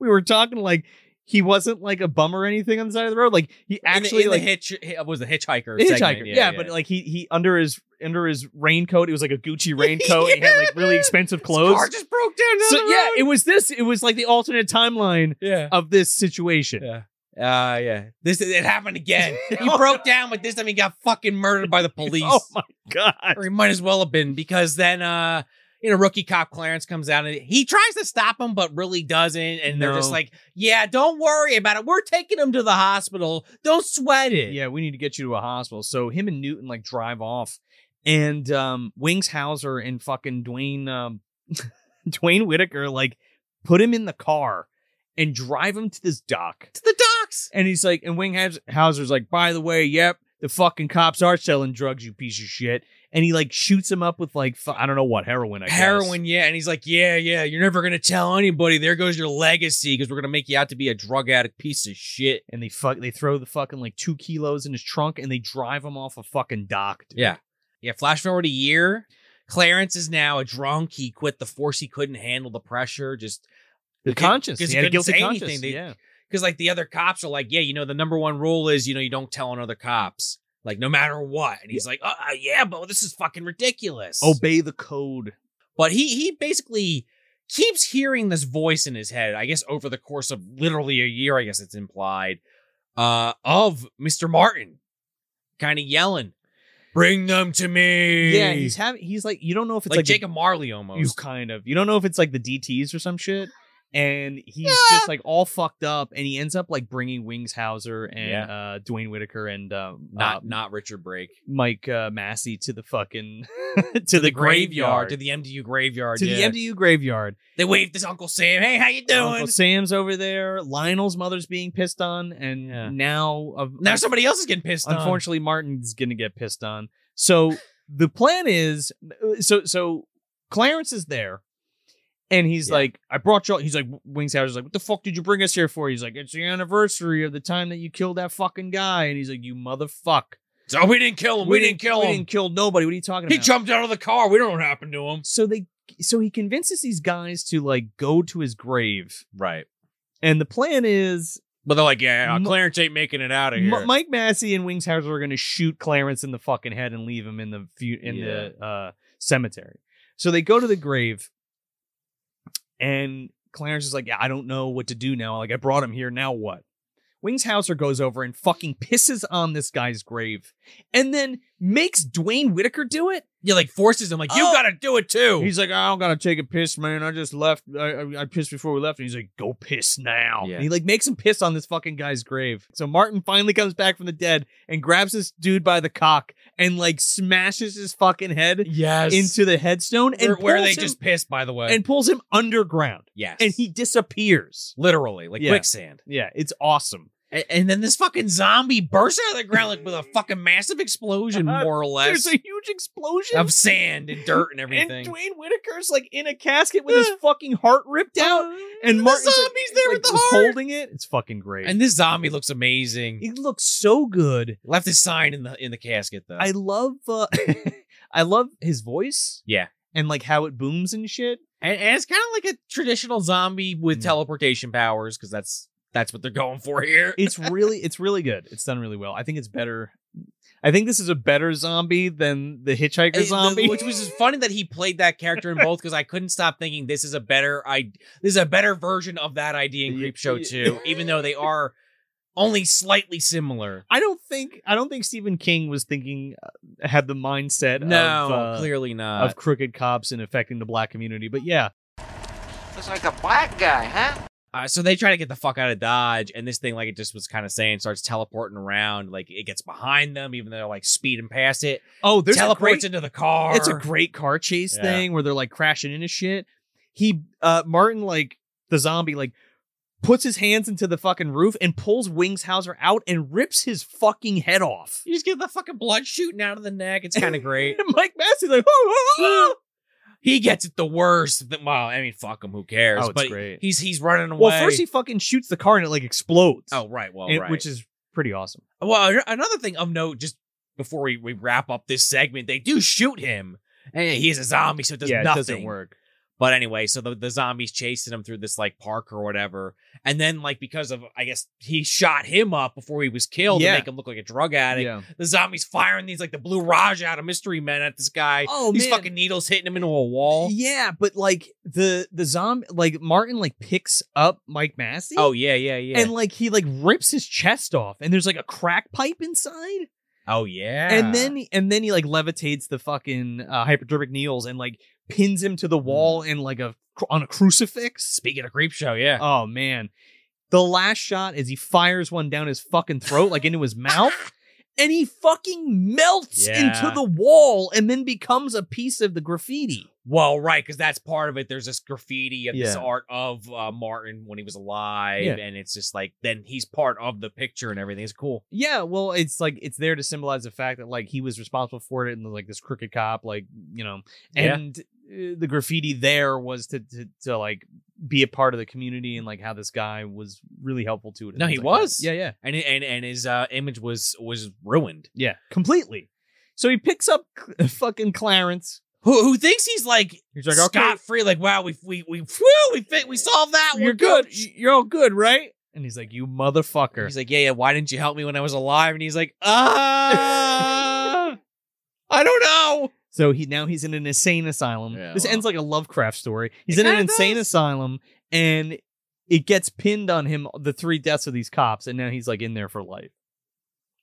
Speaker 1: we were talking like he wasn't like a bum or anything on the side of the road. Like he actually
Speaker 2: in the,
Speaker 1: like
Speaker 2: in the hitch hi- was the hitchhiker.
Speaker 1: a hitchhiker.
Speaker 2: segment,
Speaker 1: yeah, but like he he under his under his raincoat, it was like a Gucci raincoat. and he had like really expensive
Speaker 2: His car
Speaker 1: clothes.
Speaker 2: just broke down. Down
Speaker 1: So
Speaker 2: the
Speaker 1: yeah,
Speaker 2: road.
Speaker 1: it was this. It was like the alternate timeline
Speaker 2: yeah.
Speaker 1: of this situation.
Speaker 2: Yeah. Uh yeah. This it happened again. He
Speaker 1: Oh,
Speaker 2: broke down, but this time he got fucking murdered by the police.
Speaker 1: Oh my god!
Speaker 2: Or he might as well have been, because then uh you know, rookie cop Clarence comes out and he tries to stop him, but really doesn't. And they're just
Speaker 1: No.
Speaker 2: like, Yeah, don't worry about it. We're taking him to the hospital. Don't sweat it.
Speaker 1: Yeah, we need to get you to a hospital. So him and Newton like drive off, and um, Wings Hauser and fucking Dwayne um, Dwayne Whitaker like put him in the car and drive him to this dock.
Speaker 2: To the docks.
Speaker 1: And he's like, and Wing Haus- Hauser's like, by the way, yep, the fucking cops are selling drugs, you piece of shit. And he like shoots him up with like fu- I don't know what heroin. I guess.
Speaker 2: Heroin, yeah. And he's like, Yeah, yeah, you're never gonna tell anybody. There goes your legacy, because we're gonna make you out to be a drug addict piece of shit.
Speaker 1: and they fuck they throw the fucking like two kilos in his trunk and they drive him off a fucking dock. dude.
Speaker 2: Yeah. Yeah. Flash forward a year. Clarence is now a drunk. He quit the force. He couldn't handle the pressure. Just
Speaker 1: The
Speaker 2: Because-
Speaker 1: conscience.
Speaker 2: because
Speaker 1: He had
Speaker 2: he
Speaker 1: a
Speaker 2: couldn't
Speaker 1: guilty
Speaker 2: say
Speaker 1: conscience.
Speaker 2: anything. They-
Speaker 1: yeah.
Speaker 2: because, like, the other cops are like, yeah, you know, the number one rule is, you know, you don't tell on other cops, like, no matter what. And he's like, uh, uh, yeah, but this is fucking ridiculous.
Speaker 1: Obey the code.
Speaker 2: but he he basically keeps hearing this voice in his head. I guess over the course of literally a year, I guess it's implied uh, of Mr. Martin, kind of yelling, "Bring them to me."
Speaker 1: Yeah, he's having he's like you don't know if it's
Speaker 2: like,
Speaker 1: like, the-
Speaker 2: Jacob Marley almost.
Speaker 1: you kind of. You don't know if it's like the DTs or some shit. And he's
Speaker 2: Yeah.
Speaker 1: just like all fucked up, and he ends up like bringing Wings Hauser and
Speaker 2: Yeah.
Speaker 1: uh, Dwayne Whitaker and um,
Speaker 2: not
Speaker 1: uh,
Speaker 2: not Richard Brake
Speaker 1: Mike uh, Massey to the fucking to,
Speaker 2: to
Speaker 1: the, graveyard,
Speaker 2: to the MDU graveyard.
Speaker 1: to the,
Speaker 2: yeah.
Speaker 1: MDU graveyard.
Speaker 2: They waved this Uncle Sam. Hey, how you doing?
Speaker 1: Uncle Sam's over there. Lionel's mother's being pissed on, and
Speaker 2: Yeah.
Speaker 1: now uh,
Speaker 2: now somebody else is getting pissed. on.
Speaker 1: unfortunately Martin's gonna get pissed on. So the plan is so so Clarence is there. And he's
Speaker 2: Yeah.
Speaker 1: like, I brought you. He's like, Wings Hauser's like, what the fuck did you bring us here for? He's like, it's the anniversary of the time that you killed that fucking guy. And he's like, you motherfuck.
Speaker 2: so Oh, we didn't kill him. We, didn't, kill
Speaker 1: we
Speaker 2: him.
Speaker 1: didn't kill nobody. What are you talking
Speaker 2: he
Speaker 1: about?
Speaker 2: jumped out of the car. We don't know what happened to him.
Speaker 1: so they, so he convinces these guys to like go to his grave.
Speaker 2: Right.
Speaker 1: And the plan is
Speaker 2: But they're like, yeah,
Speaker 1: M-
Speaker 2: Clarence ain't making it out of
Speaker 1: M-
Speaker 2: here.
Speaker 1: Mike Massey and Wings Hauser are going to shoot Clarence in the fucking head and leave him in the fu- in the uh, cemetery. So they go to the grave, and Clarence is like, "Yeah, I don't know what to do now. Like, I brought him here. Now what?" Wings Hauser goes over and fucking pisses on this guy's grave, and then makes Dwayne Whitaker do it.
Speaker 2: yeah, like forces him. Like you
Speaker 1: Oh.
Speaker 2: got to do it too.
Speaker 1: He's like, "I don't gotta take a piss, man. I just left. I, I, I pissed before we left." And he's like, "Go piss now."
Speaker 2: Yeah.
Speaker 1: And he like makes him piss on this fucking guy's grave. So Martin finally comes back from the dead and grabs this dude by the cock and like smashes his fucking head
Speaker 2: yes.
Speaker 1: into the headstone and
Speaker 2: where, where they
Speaker 1: pulls him-
Speaker 2: just pissed. By the way,
Speaker 1: and pulls him underground
Speaker 2: yes,
Speaker 1: and he disappears.
Speaker 2: literally like
Speaker 1: Yeah.
Speaker 2: quicksand.
Speaker 1: Yeah, it's awesome.
Speaker 2: And, and then this fucking zombie bursts out of the ground like with a fucking massive explosion, more or less.
Speaker 1: There's a huge explosion.
Speaker 2: of sand and dirt and everything.
Speaker 1: And Dwayne Whitaker's like in a casket with his fucking heart ripped out, and
Speaker 2: Uh, the
Speaker 1: Martin's like-
Speaker 2: zombie's there
Speaker 1: like,
Speaker 2: with the heart.
Speaker 1: holding it. It's fucking great.
Speaker 2: and this zombie looks amazing.
Speaker 1: He looks so good.
Speaker 2: Left his sign in the in the casket though.
Speaker 1: I love uh, I love his voice.
Speaker 2: Yeah.
Speaker 1: And like how it booms and shit.
Speaker 2: and, and it's kind of like a traditional zombie with
Speaker 1: Mm.
Speaker 2: teleportation powers because that's that's what they're going for here.
Speaker 1: It's really it's really good. It's done really well. I think it's better. I think this is a better zombie than the hitchhiker
Speaker 2: Uh, the-
Speaker 1: zombie.
Speaker 2: which was just funny that he played that character in both because I couldn't stop thinking this is a better I this is a better version of that idea in
Speaker 1: Yeah, yeah.
Speaker 2: Creepshow 2, even though they are only slightly similar.
Speaker 1: I don't think I don't think Stephen King was thinking uh, had the mindset
Speaker 2: No,
Speaker 1: of uh,
Speaker 2: clearly not.
Speaker 1: of crooked cops and affecting the black community. But yeah,
Speaker 5: Looks like a black guy, huh?
Speaker 2: Uh, so they try to get the fuck out of Dodge, and this thing, like it just was kind of saying, starts teleporting around. Like it gets behind them, even though they're like speeding past it.
Speaker 1: oh, there's a
Speaker 2: teleports
Speaker 1: great,
Speaker 2: into the car.
Speaker 1: It's a great car chase
Speaker 2: Yeah.
Speaker 1: thing where they're like crashing into shit. He uh Martin like the zombie like puts his hands into the fucking roof and pulls Wings Hauser out and rips his fucking head off.
Speaker 2: You just get the fucking blood shooting out of the neck. It's kind of great.
Speaker 1: And Mike Massey's like, oh, oh,
Speaker 2: he gets it the worst. Th- Well, I mean, fuck him. Who cares?
Speaker 1: Oh, it's
Speaker 2: but
Speaker 1: great.
Speaker 2: he's he's running
Speaker 1: oh.
Speaker 2: away.
Speaker 1: Well, first he fucking shoots the car and it like explodes.
Speaker 2: oh right, well
Speaker 1: And-
Speaker 2: right.
Speaker 1: which is pretty awesome.
Speaker 2: well an- another thing of note. Just before we, we wrap up this segment, they do shoot him, and he's a zombie, so it does
Speaker 1: yeah,
Speaker 2: nothing.
Speaker 1: it doesn't work.
Speaker 2: But anyway, so the, the zombies chasing him through this like park or whatever. And then like because of I guess he shot him up before he was killed
Speaker 1: Yeah.
Speaker 2: to make him look like a drug addict.
Speaker 1: Yeah.
Speaker 2: The zombies firing these like the blue Raj out of mystery men at this guy.
Speaker 1: Oh,
Speaker 2: these
Speaker 1: man.
Speaker 2: fucking needles hitting him into a wall.
Speaker 1: Yeah, but like the the zombie like Martin like picks up Mike Massey.
Speaker 2: Oh yeah, yeah, yeah.
Speaker 1: And like he like rips his chest off, and there's like a crack pipe inside.
Speaker 2: oh yeah.
Speaker 1: and then and then he like levitates the fucking uh, hypodermic needles and like pins him
Speaker 2: Mm.
Speaker 1: to the wall in like a on a crucifix.
Speaker 2: speaking of creep show, yeah.
Speaker 1: Oh man, the last shot is he fires one down his fucking throat like into his mouth. And he fucking melts
Speaker 2: Yeah.
Speaker 1: into the wall and then becomes a piece of the graffiti.
Speaker 2: Well, right, because that's part of it. There's this graffiti of this
Speaker 1: Yeah.
Speaker 2: art of uh, Martin when he was alive,
Speaker 1: Yeah.
Speaker 2: and it's just like then he's part of the picture and everything. It's cool.
Speaker 1: Yeah, well, it's like it's there to symbolize the fact that like he was responsible for it and like this crooked cop, like you know,
Speaker 2: Yeah.
Speaker 1: and uh, the graffiti there was to, to to like be a part of the community and like how this guy was really helpful to it. and
Speaker 2: No,
Speaker 1: things
Speaker 2: he
Speaker 1: like
Speaker 2: was.
Speaker 1: that. Yeah, yeah,
Speaker 2: And and and his uh, image was was ruined.
Speaker 1: yeah, completely. So he picks up C- fucking Clarence.
Speaker 2: Who who thinks he's like
Speaker 1: He's
Speaker 2: scot free? Like wow, we we we whew, we fit, we solved that.
Speaker 1: you're
Speaker 2: we're
Speaker 1: good. You're all good, right? And he's like, "You motherfucker."
Speaker 2: He's like, yeah, yeah. Why didn't you help me when I was alive? And he's like, ah, I don't know.
Speaker 1: So he now he's in an insane asylum.
Speaker 2: Yeah,
Speaker 1: this
Speaker 2: well.
Speaker 1: ends like a Lovecraft story. He's
Speaker 2: It
Speaker 1: in an
Speaker 2: kinda
Speaker 1: insane
Speaker 2: does.
Speaker 1: asylum and it gets pinned on him the three deaths of these cops and now he's like in there for life.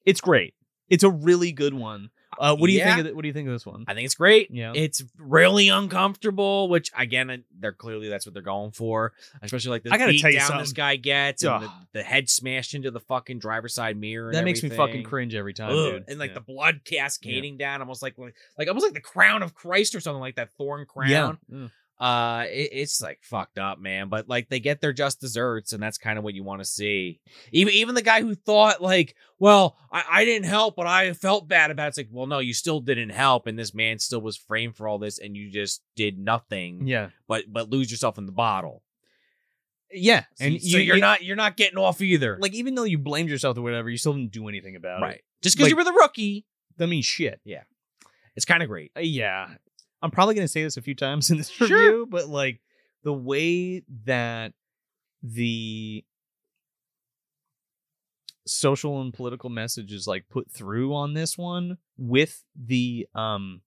Speaker 1: It's great. It's a really good one. Uh, what do you
Speaker 2: Yeah.
Speaker 1: think of th- what do you think of this one?
Speaker 2: I think it's great.
Speaker 1: Yeah.
Speaker 2: It's really uncomfortable, which again, I- they're clearly that's what they're going for. Especially like the
Speaker 1: I gotta
Speaker 2: beat
Speaker 1: tell you
Speaker 2: down
Speaker 1: something.
Speaker 2: this guy gets and the,
Speaker 1: Ugh.
Speaker 2: the head smashed into the fucking driver's side mirror. and
Speaker 1: that makes me fucking
Speaker 2: everything.
Speaker 1: cringe every time,
Speaker 2: Ugh.
Speaker 1: dude.
Speaker 2: And like
Speaker 1: Yeah.
Speaker 2: the blood cascading down, almost like, like like almost like the crown of Christ or something like that thorn crown.
Speaker 1: Yeah. Mm.
Speaker 2: Uh, it, it's like fucked up, man. But like they get their just desserts, and that's kind of what you want to see. Even even the guy who thought like, well, I, I didn't help, but I felt bad about it. It's like, well, no, you still didn't help, and this man still was framed for all this, and you just did nothing.
Speaker 1: Yeah.
Speaker 2: But but lose yourself in the bottle,
Speaker 1: Yeah.
Speaker 2: and so
Speaker 1: you-
Speaker 2: you're
Speaker 1: you-
Speaker 2: not you're not getting off either.
Speaker 1: like even though you blamed yourself or whatever, you still didn't do anything about
Speaker 2: right,
Speaker 1: it.
Speaker 2: just because
Speaker 1: Like-
Speaker 2: you were the rookie,
Speaker 1: That means shit.
Speaker 2: it's kind of great.
Speaker 1: Uh, yeah i'm probably going to say this a few times in this
Speaker 2: Sure.
Speaker 1: review but like the way that the social and political message is like put through on this one with the um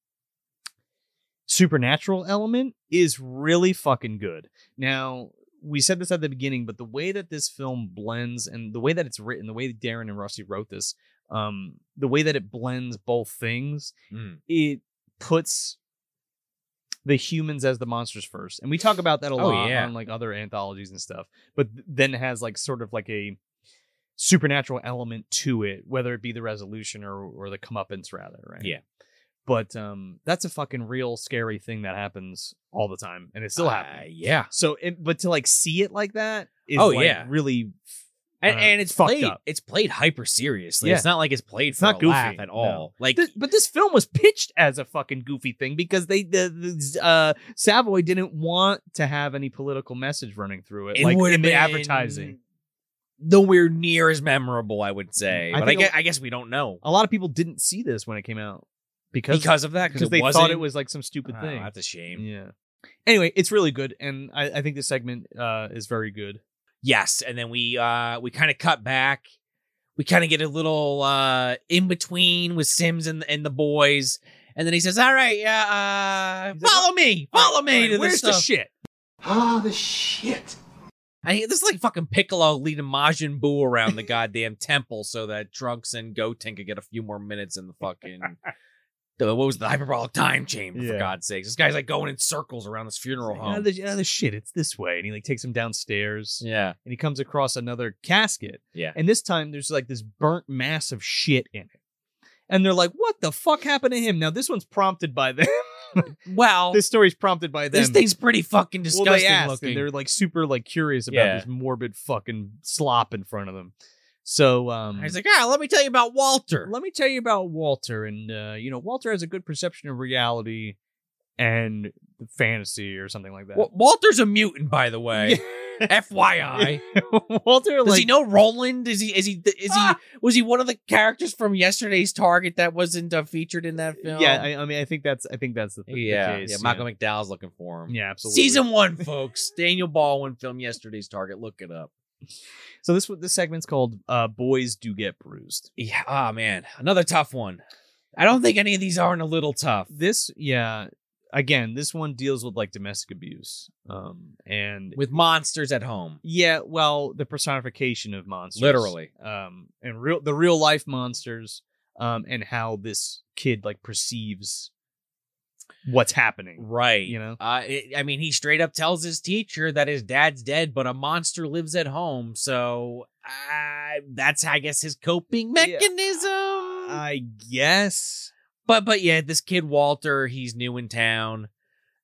Speaker 1: supernatural element is really fucking good now we said this at the beginning but the way that this film blends and the way that it's written the way that darren and rusty wrote this um the way that it blends both things
Speaker 2: Mm.
Speaker 1: it puts the humans as the monsters first and we talk about that a
Speaker 2: Oh,
Speaker 1: lot
Speaker 2: yeah.
Speaker 1: on like other anthologies and stuff but th- then has like sort of like a supernatural element to it whether it be the resolution or or the comeuppance rather right
Speaker 2: Yeah.
Speaker 1: but um that's a fucking real scary thing that happens all the time and it still
Speaker 2: Uh,
Speaker 1: happens
Speaker 2: yeah.
Speaker 1: so it, but to like see it like that is
Speaker 2: Oh,
Speaker 1: like,
Speaker 2: yeah.
Speaker 1: really
Speaker 2: and,
Speaker 1: uh,
Speaker 2: and it's
Speaker 1: fucked
Speaker 2: played
Speaker 1: up.
Speaker 2: it's played hyper seriously.
Speaker 1: Yeah.
Speaker 2: It's not like it's played
Speaker 1: It's
Speaker 2: for
Speaker 1: not
Speaker 2: a
Speaker 1: goofy,
Speaker 2: laugh at
Speaker 1: no.
Speaker 2: all. Like
Speaker 1: Th- but this film was pitched as a fucking goofy thing because they the, the uh, Savoy didn't want to have any political message running through it, like
Speaker 2: would
Speaker 1: in
Speaker 2: have
Speaker 1: the
Speaker 2: been
Speaker 1: advertising.
Speaker 2: nowhere near as memorable, I would say.
Speaker 1: I
Speaker 2: but I
Speaker 1: think
Speaker 2: guess, I guess we don't know
Speaker 1: A lot of people didn't see this when it came out because
Speaker 2: because, of that
Speaker 1: because
Speaker 2: because
Speaker 1: they
Speaker 2: wasn't,
Speaker 1: thought it was like some stupid
Speaker 2: Oh,
Speaker 1: thing.
Speaker 2: That's a shame.
Speaker 1: Yeah. Anyway, it's really good, and I, I think this segment uh, is very good.
Speaker 2: Yes, and then we uh we kind of cut back. We kind of get a little uh in between with Sims and and the boys, and then he says, "All right, yeah, uh,
Speaker 1: He's like,
Speaker 2: follow me, follow me to
Speaker 1: Where's
Speaker 2: this
Speaker 1: the
Speaker 2: stuff."
Speaker 1: shit?
Speaker 3: Ah, the shit.
Speaker 2: I this is like fucking Piccolo leading Majin Buu around the goddamn temple so that Trunks and Goten could get a few more minutes in the fucking the, what was the hyperbolic time chamber
Speaker 1: Yeah.
Speaker 2: for God's sakes. This guy's like going in circles around this funeral
Speaker 1: Ah,
Speaker 2: home.
Speaker 1: the, ah, the shit. It's this way, and he like takes him downstairs.
Speaker 2: yeah.
Speaker 1: and he comes across another casket.
Speaker 2: Yeah.
Speaker 1: And this time there's like this burnt mass of shit in it. And they're like, what the fuck happened to him? Now this one's prompted by them.
Speaker 2: Well, this,
Speaker 1: this story's prompted by them.
Speaker 2: thing's pretty fucking
Speaker 1: well,
Speaker 2: disgusting
Speaker 1: they asked,
Speaker 2: looking.
Speaker 1: and they're like super like curious about
Speaker 2: Yeah.
Speaker 1: this morbid fucking slop in front of them. So um
Speaker 2: I was like, ah, let me tell you about Walter.
Speaker 1: let me tell you about Walter. And uh, you know, Walter has a good perception of reality and fantasy or something like that.
Speaker 2: Wa- Walter's a mutant, by the way. FYI,
Speaker 1: Walter,
Speaker 2: does
Speaker 1: like, Ah!
Speaker 2: he know Roland? Is he is he is he was he one of the characters from yesterday's Target that wasn't uh, featured in that film?
Speaker 1: yeah, I, I mean, I think that's, I think that's the, the
Speaker 2: yeah,
Speaker 1: case,
Speaker 2: yeah. Malcolm McDowell's looking for him.
Speaker 1: yeah, absolutely.
Speaker 2: Season one, folks. Daniel Baldwin film yesterday's Target. Look it up.
Speaker 1: So this this segment's called uh, "Boys Do Get Bruised."
Speaker 2: Yeah. Oh man, another tough one. I don't think any of these aren't a little tough.
Speaker 1: This, yeah, again, this one deals with like domestic abuse, um, and
Speaker 2: With monsters at home,
Speaker 1: yeah, well, the personification of monsters,
Speaker 2: literally.
Speaker 1: um, and real the real life monsters, um, and how this kid like perceives what's happening.
Speaker 2: Right.
Speaker 1: You know?
Speaker 2: Uh, it, I mean, he straight up tells his teacher that his dad's dead, but a monster lives at home. So uh, that's, I guess, his coping
Speaker 1: Yeah.
Speaker 2: mechanism.
Speaker 1: I guess.
Speaker 2: but but yeah, this kid Walter, he's new in town,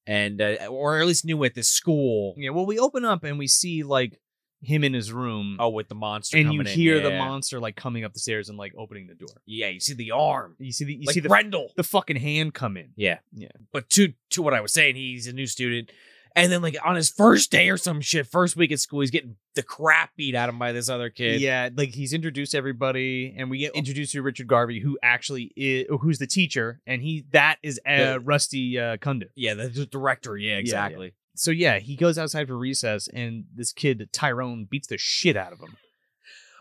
Speaker 2: and uh, or at least new at this school.
Speaker 1: Yeah. Well, we open up and we see like him in his room,
Speaker 2: Oh, with the monster,
Speaker 1: Mm-hmm. and you
Speaker 2: coming in,
Speaker 1: hear the
Speaker 2: yeah.
Speaker 1: monster like coming up the stairs and like opening the door.
Speaker 2: Yeah, you see the arm.
Speaker 1: You see the you
Speaker 2: like
Speaker 1: see the
Speaker 2: Grendel.
Speaker 1: the fucking hand come in.
Speaker 2: Yeah.
Speaker 1: Yeah.
Speaker 2: But to to what I was saying, he's a new student. And then like on his first day or some shit, first week at school, he's getting the crap beat out of him by this other kid.
Speaker 1: Yeah, like he's introduced everybody, and we get introduced to Richard Garvey, who actually is who's the teacher, and he that is uh,
Speaker 2: The-
Speaker 1: Rusty uh, Kunda.
Speaker 2: Yeah, the, the director. Yeah, exactly.
Speaker 1: So yeah, he goes outside for recess, and this kid Tyrone beats the shit out of him.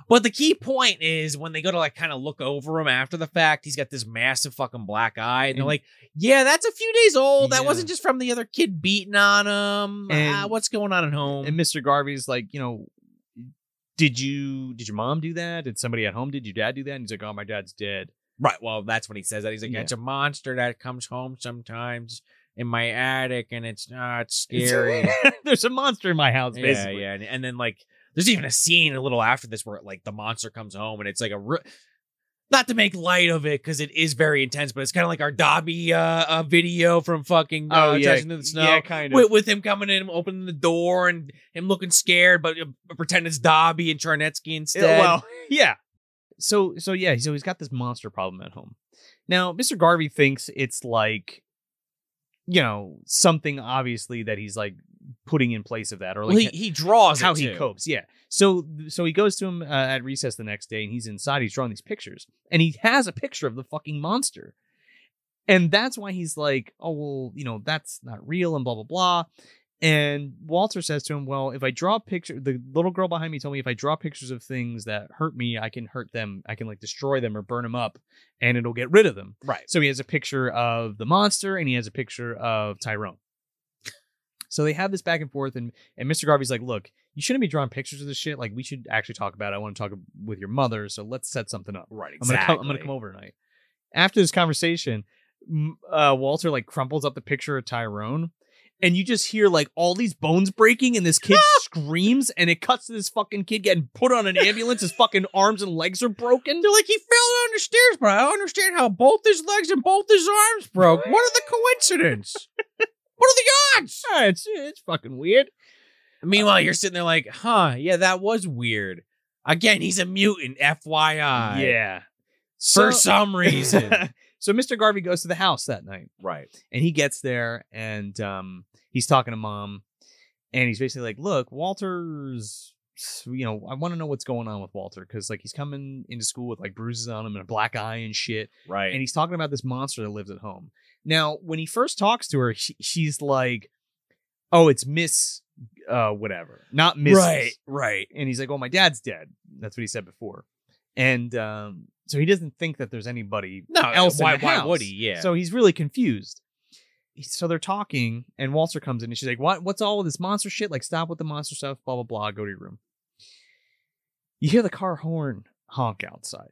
Speaker 2: But the key point is when they go to like kind of look over him after the fact, he's got this massive fucking black eye, and they're
Speaker 1: And-
Speaker 2: like, "Yeah, that's a few days old. That
Speaker 1: Mm. Yeah.
Speaker 2: wasn't just from the other kid beating on him. Ah,
Speaker 1: And-
Speaker 2: what's going on at home?"
Speaker 1: And Mr. Garvey's like, you know, did you did your mom do that? Did somebody at home? Did your dad do that? And he's like, oh, my dad's dead.
Speaker 2: Right. Well, that's when he says that. He's like,
Speaker 1: Yeah.
Speaker 2: it's a monster that comes home sometimes in my attic and it's not scary.
Speaker 1: There's a monster in my house,
Speaker 2: yeah,
Speaker 1: basically.
Speaker 2: yeah. And, and then, like, there's even a scene a little after this where, like, the monster comes home and it's like a. Re- not to make light of it because it is very intense, but it's kind of like our Dobby uh, uh, video from fucking uh,
Speaker 1: Oh yeah,
Speaker 2: Dressing in the Snow.
Speaker 1: yeah, kind of.
Speaker 2: With, with him coming in, opening the door, and him looking scared, but uh, pretend it's Dobby and Charnetsky
Speaker 1: Yeah,
Speaker 2: instead.
Speaker 1: well, yeah. So so yeah, so he's got this monster problem at home. Now, Mr. Garvey thinks it's like you know, something obviously that he's like putting in place of that or
Speaker 2: Well, he,
Speaker 1: like
Speaker 2: he draws it,
Speaker 1: how he
Speaker 2: too.
Speaker 1: copes. Yeah. So so he goes to him uh, at recess the next day and he's inside he's drawing these pictures and he has a picture of the fucking monster. And that's why he's like, "Oh, well, you know, that's not real and blah blah blah." And Walter says to him, "Well, if I draw a picture, the little girl behind me told me if I draw pictures of things that hurt me, I can hurt them. I can like destroy them or burn them up, and it'll get rid of them."
Speaker 2: Right.
Speaker 1: So he has a picture of the monster and he has a picture of Tyrone. So they have this back and forth, and and Mr. Garvey's like, "Look, you shouldn't be drawing pictures of this shit. Like, we should actually talk about it. I want to talk with your mother, so let's set something up.
Speaker 2: Right.
Speaker 1: I'm
Speaker 2: Exactly.
Speaker 1: gonna come, I'm gonna come over tonight." After this conversation, m- uh, Walter like crumples up the picture of Tyrone, and you just hear like all these bones breaking, and this kid screams, and it cuts to this fucking kid getting put on an ambulance. His fucking arms and legs are broken.
Speaker 2: They're like, he fell down the stairs, but I don't understand how both his legs and both his arms broke. What are the coincidence? what are the odds?
Speaker 1: Ah, it's it's fucking weird.
Speaker 2: Meanwhile, you're sitting there like, huh, yeah, that was weird. Again, he's a mutant, FYI.
Speaker 1: yeah.
Speaker 2: For some reason.
Speaker 1: so Mr. Garvey goes to the house that night.
Speaker 2: right.
Speaker 1: and he gets there and um he's talking to mom and he's basically like look walter's you know i want to know what's going on with walter because like he's coming into school with like bruises on him and a black eye and shit
Speaker 2: Right.
Speaker 1: and he's talking about this monster that lives at home now when he first talks to her she, she's like oh it's miss uh whatever not miss
Speaker 2: Right. Right.
Speaker 1: and he's like, "Well, my dad's dead." That's what he said before, and um, so he doesn't think that there's anybody
Speaker 2: No,
Speaker 1: else. in
Speaker 2: why-
Speaker 1: the
Speaker 2: why
Speaker 1: house.
Speaker 2: would he? Yeah.
Speaker 1: So he's really confused. He- So they're talking, and Walter comes in, and she's like, "What? What's all this monster shit? Like, stop with the monster stuff. Blah blah blah. Go to your room." You hear the car horn honk outside,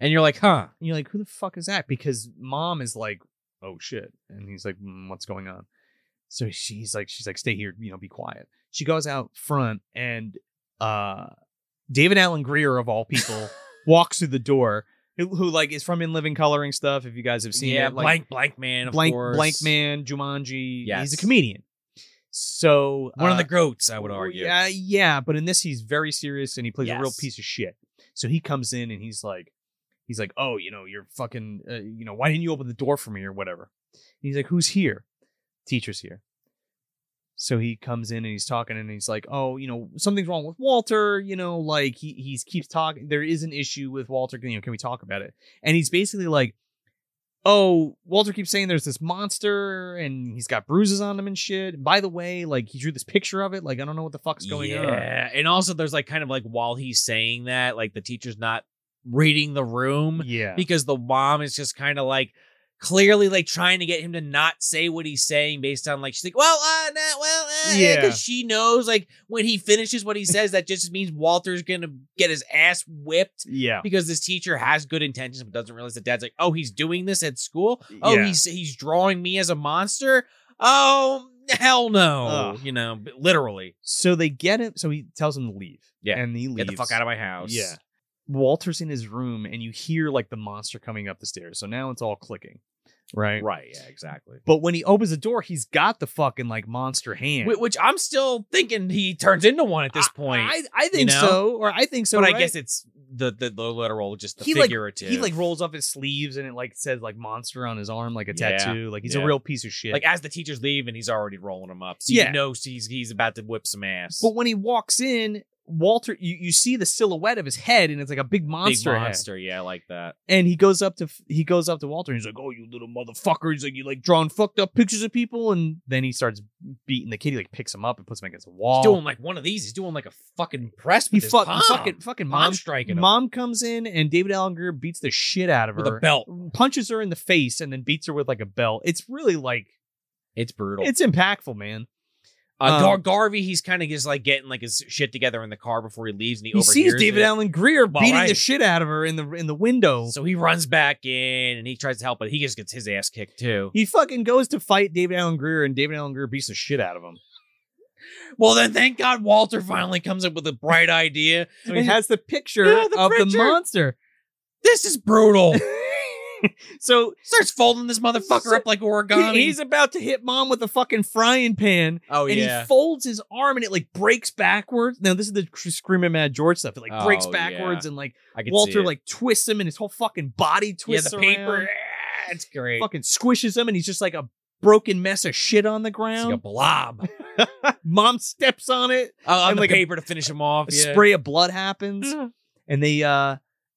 Speaker 2: And you're like, huh.
Speaker 1: and you're like, "Who the fuck is that?" Because mom is like, "Oh shit," and he's like, "Mm, "What's going on?" So she's like, "She's like, stay here. You know, be quiet." She goes out front, and uh, David Allen Greer of all people walks through the door, who, who, like is from In Living Coloring stuff. If you guys have seen
Speaker 2: yeah,
Speaker 1: it, like,
Speaker 2: blank, blank man, of
Speaker 1: blank,
Speaker 2: course.
Speaker 1: blank man, Jumanji. Yeah, he's
Speaker 2: Yes.
Speaker 1: a comedian. So
Speaker 2: One of
Speaker 1: uh,
Speaker 2: the goats, I would argue.
Speaker 1: yeah, yeah, but in this he's very serious and he plays a real
Speaker 2: Yes.
Speaker 1: piece of shit. So he comes in and he's like, he's like, oh, you know, you're fucking, uh, you know, why didn't you open the door for me or whatever? And he's like, who's here? Teacher's here. So he comes in and he's talking and he's like, "Oh, you know, something's wrong with Walter. You know, like he he keeps talking. There is an issue with Walter. You know, can we talk about it?" And he's basically like, "Oh, Walter keeps saying there's this monster and he's got bruises on him and shit. By the way, like he drew this picture of it. Like I don't know what the fuck's going on."
Speaker 2: Yeah. And also, there's like kind of like while he's saying that, like the teacher's not reading the room
Speaker 1: Yeah,
Speaker 2: because the mom is just kind of like clearly like trying to get him to not say what he's saying based on like she's like well uh nah, well uh, yeah
Speaker 1: Yeah.
Speaker 2: because she knows like when he finishes what he says that just means walter's gonna get his ass whipped
Speaker 1: yeah.
Speaker 2: because this teacher has good intentions but doesn't realize that dad's like oh he's doing this at school oh
Speaker 1: Yeah.
Speaker 2: he's he's drawing me as a monster oh hell no
Speaker 1: Ugh.
Speaker 2: you know but literally
Speaker 1: So they get him. So he tells him to leave.
Speaker 2: Yeah.
Speaker 1: and he leaves.
Speaker 2: get the fuck out of my house
Speaker 1: Yeah. Walter's in his room and you hear like the monster coming up the stairs. So now it's all clicking. Right.
Speaker 2: right yeah exactly
Speaker 1: But when he opens the door, he's got the fucking like monster hand.
Speaker 2: Wh- which i'm still thinking he turns into one at this
Speaker 1: I-
Speaker 2: point
Speaker 1: I, I think
Speaker 2: know?
Speaker 1: so. Or I think so.
Speaker 2: but
Speaker 1: right?
Speaker 2: I guess it's the, the the literal, just the
Speaker 1: he like
Speaker 2: figurative.
Speaker 1: he like rolls up his sleeves and it like says like monster on his arm, like a
Speaker 2: Yeah.
Speaker 1: tattoo. Like he's
Speaker 2: Yeah.
Speaker 1: a real piece of shit.
Speaker 2: like as the teachers leave, and he's already rolling them up. So
Speaker 1: Yeah.
Speaker 2: you know he's he's about to whip some ass.
Speaker 1: but when he walks in, Walter you, you see the silhouette of his head and it's like a big monster.
Speaker 2: Big
Speaker 1: head.
Speaker 2: monster, yeah, I like that.
Speaker 1: And he goes up to he goes up to Walter and he's like, "Oh, you little motherfucker!" He's like, "You like drawing fucked up pictures of people." And then he starts beating the kid. He like picks him up and puts him against a wall.
Speaker 2: He's doing like one of these. He's doing like a fucking press.
Speaker 1: he
Speaker 2: With his
Speaker 1: fuck,
Speaker 2: palm.
Speaker 1: fucking fucking
Speaker 2: palm
Speaker 1: mom.
Speaker 2: striking him
Speaker 1: Mom comes in and David Allen Greer beats the shit out of
Speaker 2: with a
Speaker 1: her.
Speaker 2: belt.
Speaker 1: Punches her in the face and then beats her with like a belt. It's really like
Speaker 2: It's brutal.
Speaker 1: it's impactful, man.
Speaker 2: uh,
Speaker 1: um,
Speaker 2: Gar- Garvey, he's kind of just like getting like his shit together in the car before he leaves, and he,
Speaker 1: He sees
Speaker 2: overhears
Speaker 1: David
Speaker 2: it.
Speaker 1: Allen Greer
Speaker 2: Well,
Speaker 1: beating the
Speaker 2: right.
Speaker 1: shit out of her in the in the window.
Speaker 2: So he runs back in and he tries to help, but he just gets his ass kicked too.
Speaker 1: he fucking goes to fight David Allen Greer and David Allen Greer beats the shit out of him.
Speaker 2: Well, then thank God Walter finally comes up with a bright idea.
Speaker 1: So he has the picture
Speaker 2: Yeah, the
Speaker 1: of the
Speaker 2: picture.
Speaker 1: monster.
Speaker 2: This is brutal.
Speaker 1: so
Speaker 2: starts folding this motherfucker up like origami.
Speaker 1: he- he's about to hit mom with a fucking frying pan,
Speaker 2: oh
Speaker 1: and he fololds his arm, and it like breaks backwards. Now this is the tr- screaming mad George stuff. It like breaks
Speaker 2: Oh,
Speaker 1: backwards,
Speaker 2: yeah.
Speaker 1: and like
Speaker 2: I can see
Speaker 1: Walter
Speaker 2: it.
Speaker 1: like twists him, and his whole fucking body
Speaker 2: yeah
Speaker 1: twists
Speaker 2: the
Speaker 1: around,
Speaker 2: paper. Ah, It's great.
Speaker 1: fucking squishes him, and he's just like a broken mess of shit on the
Speaker 2: It's like a
Speaker 1: ground.
Speaker 2: blob.
Speaker 1: mom steps on it.
Speaker 2: Oh, on
Speaker 1: And
Speaker 2: the
Speaker 1: like a-
Speaker 2: paper to finish him off.
Speaker 1: A
Speaker 2: Yeah. Mm-hmm.
Speaker 1: spray of blood happens, and they uh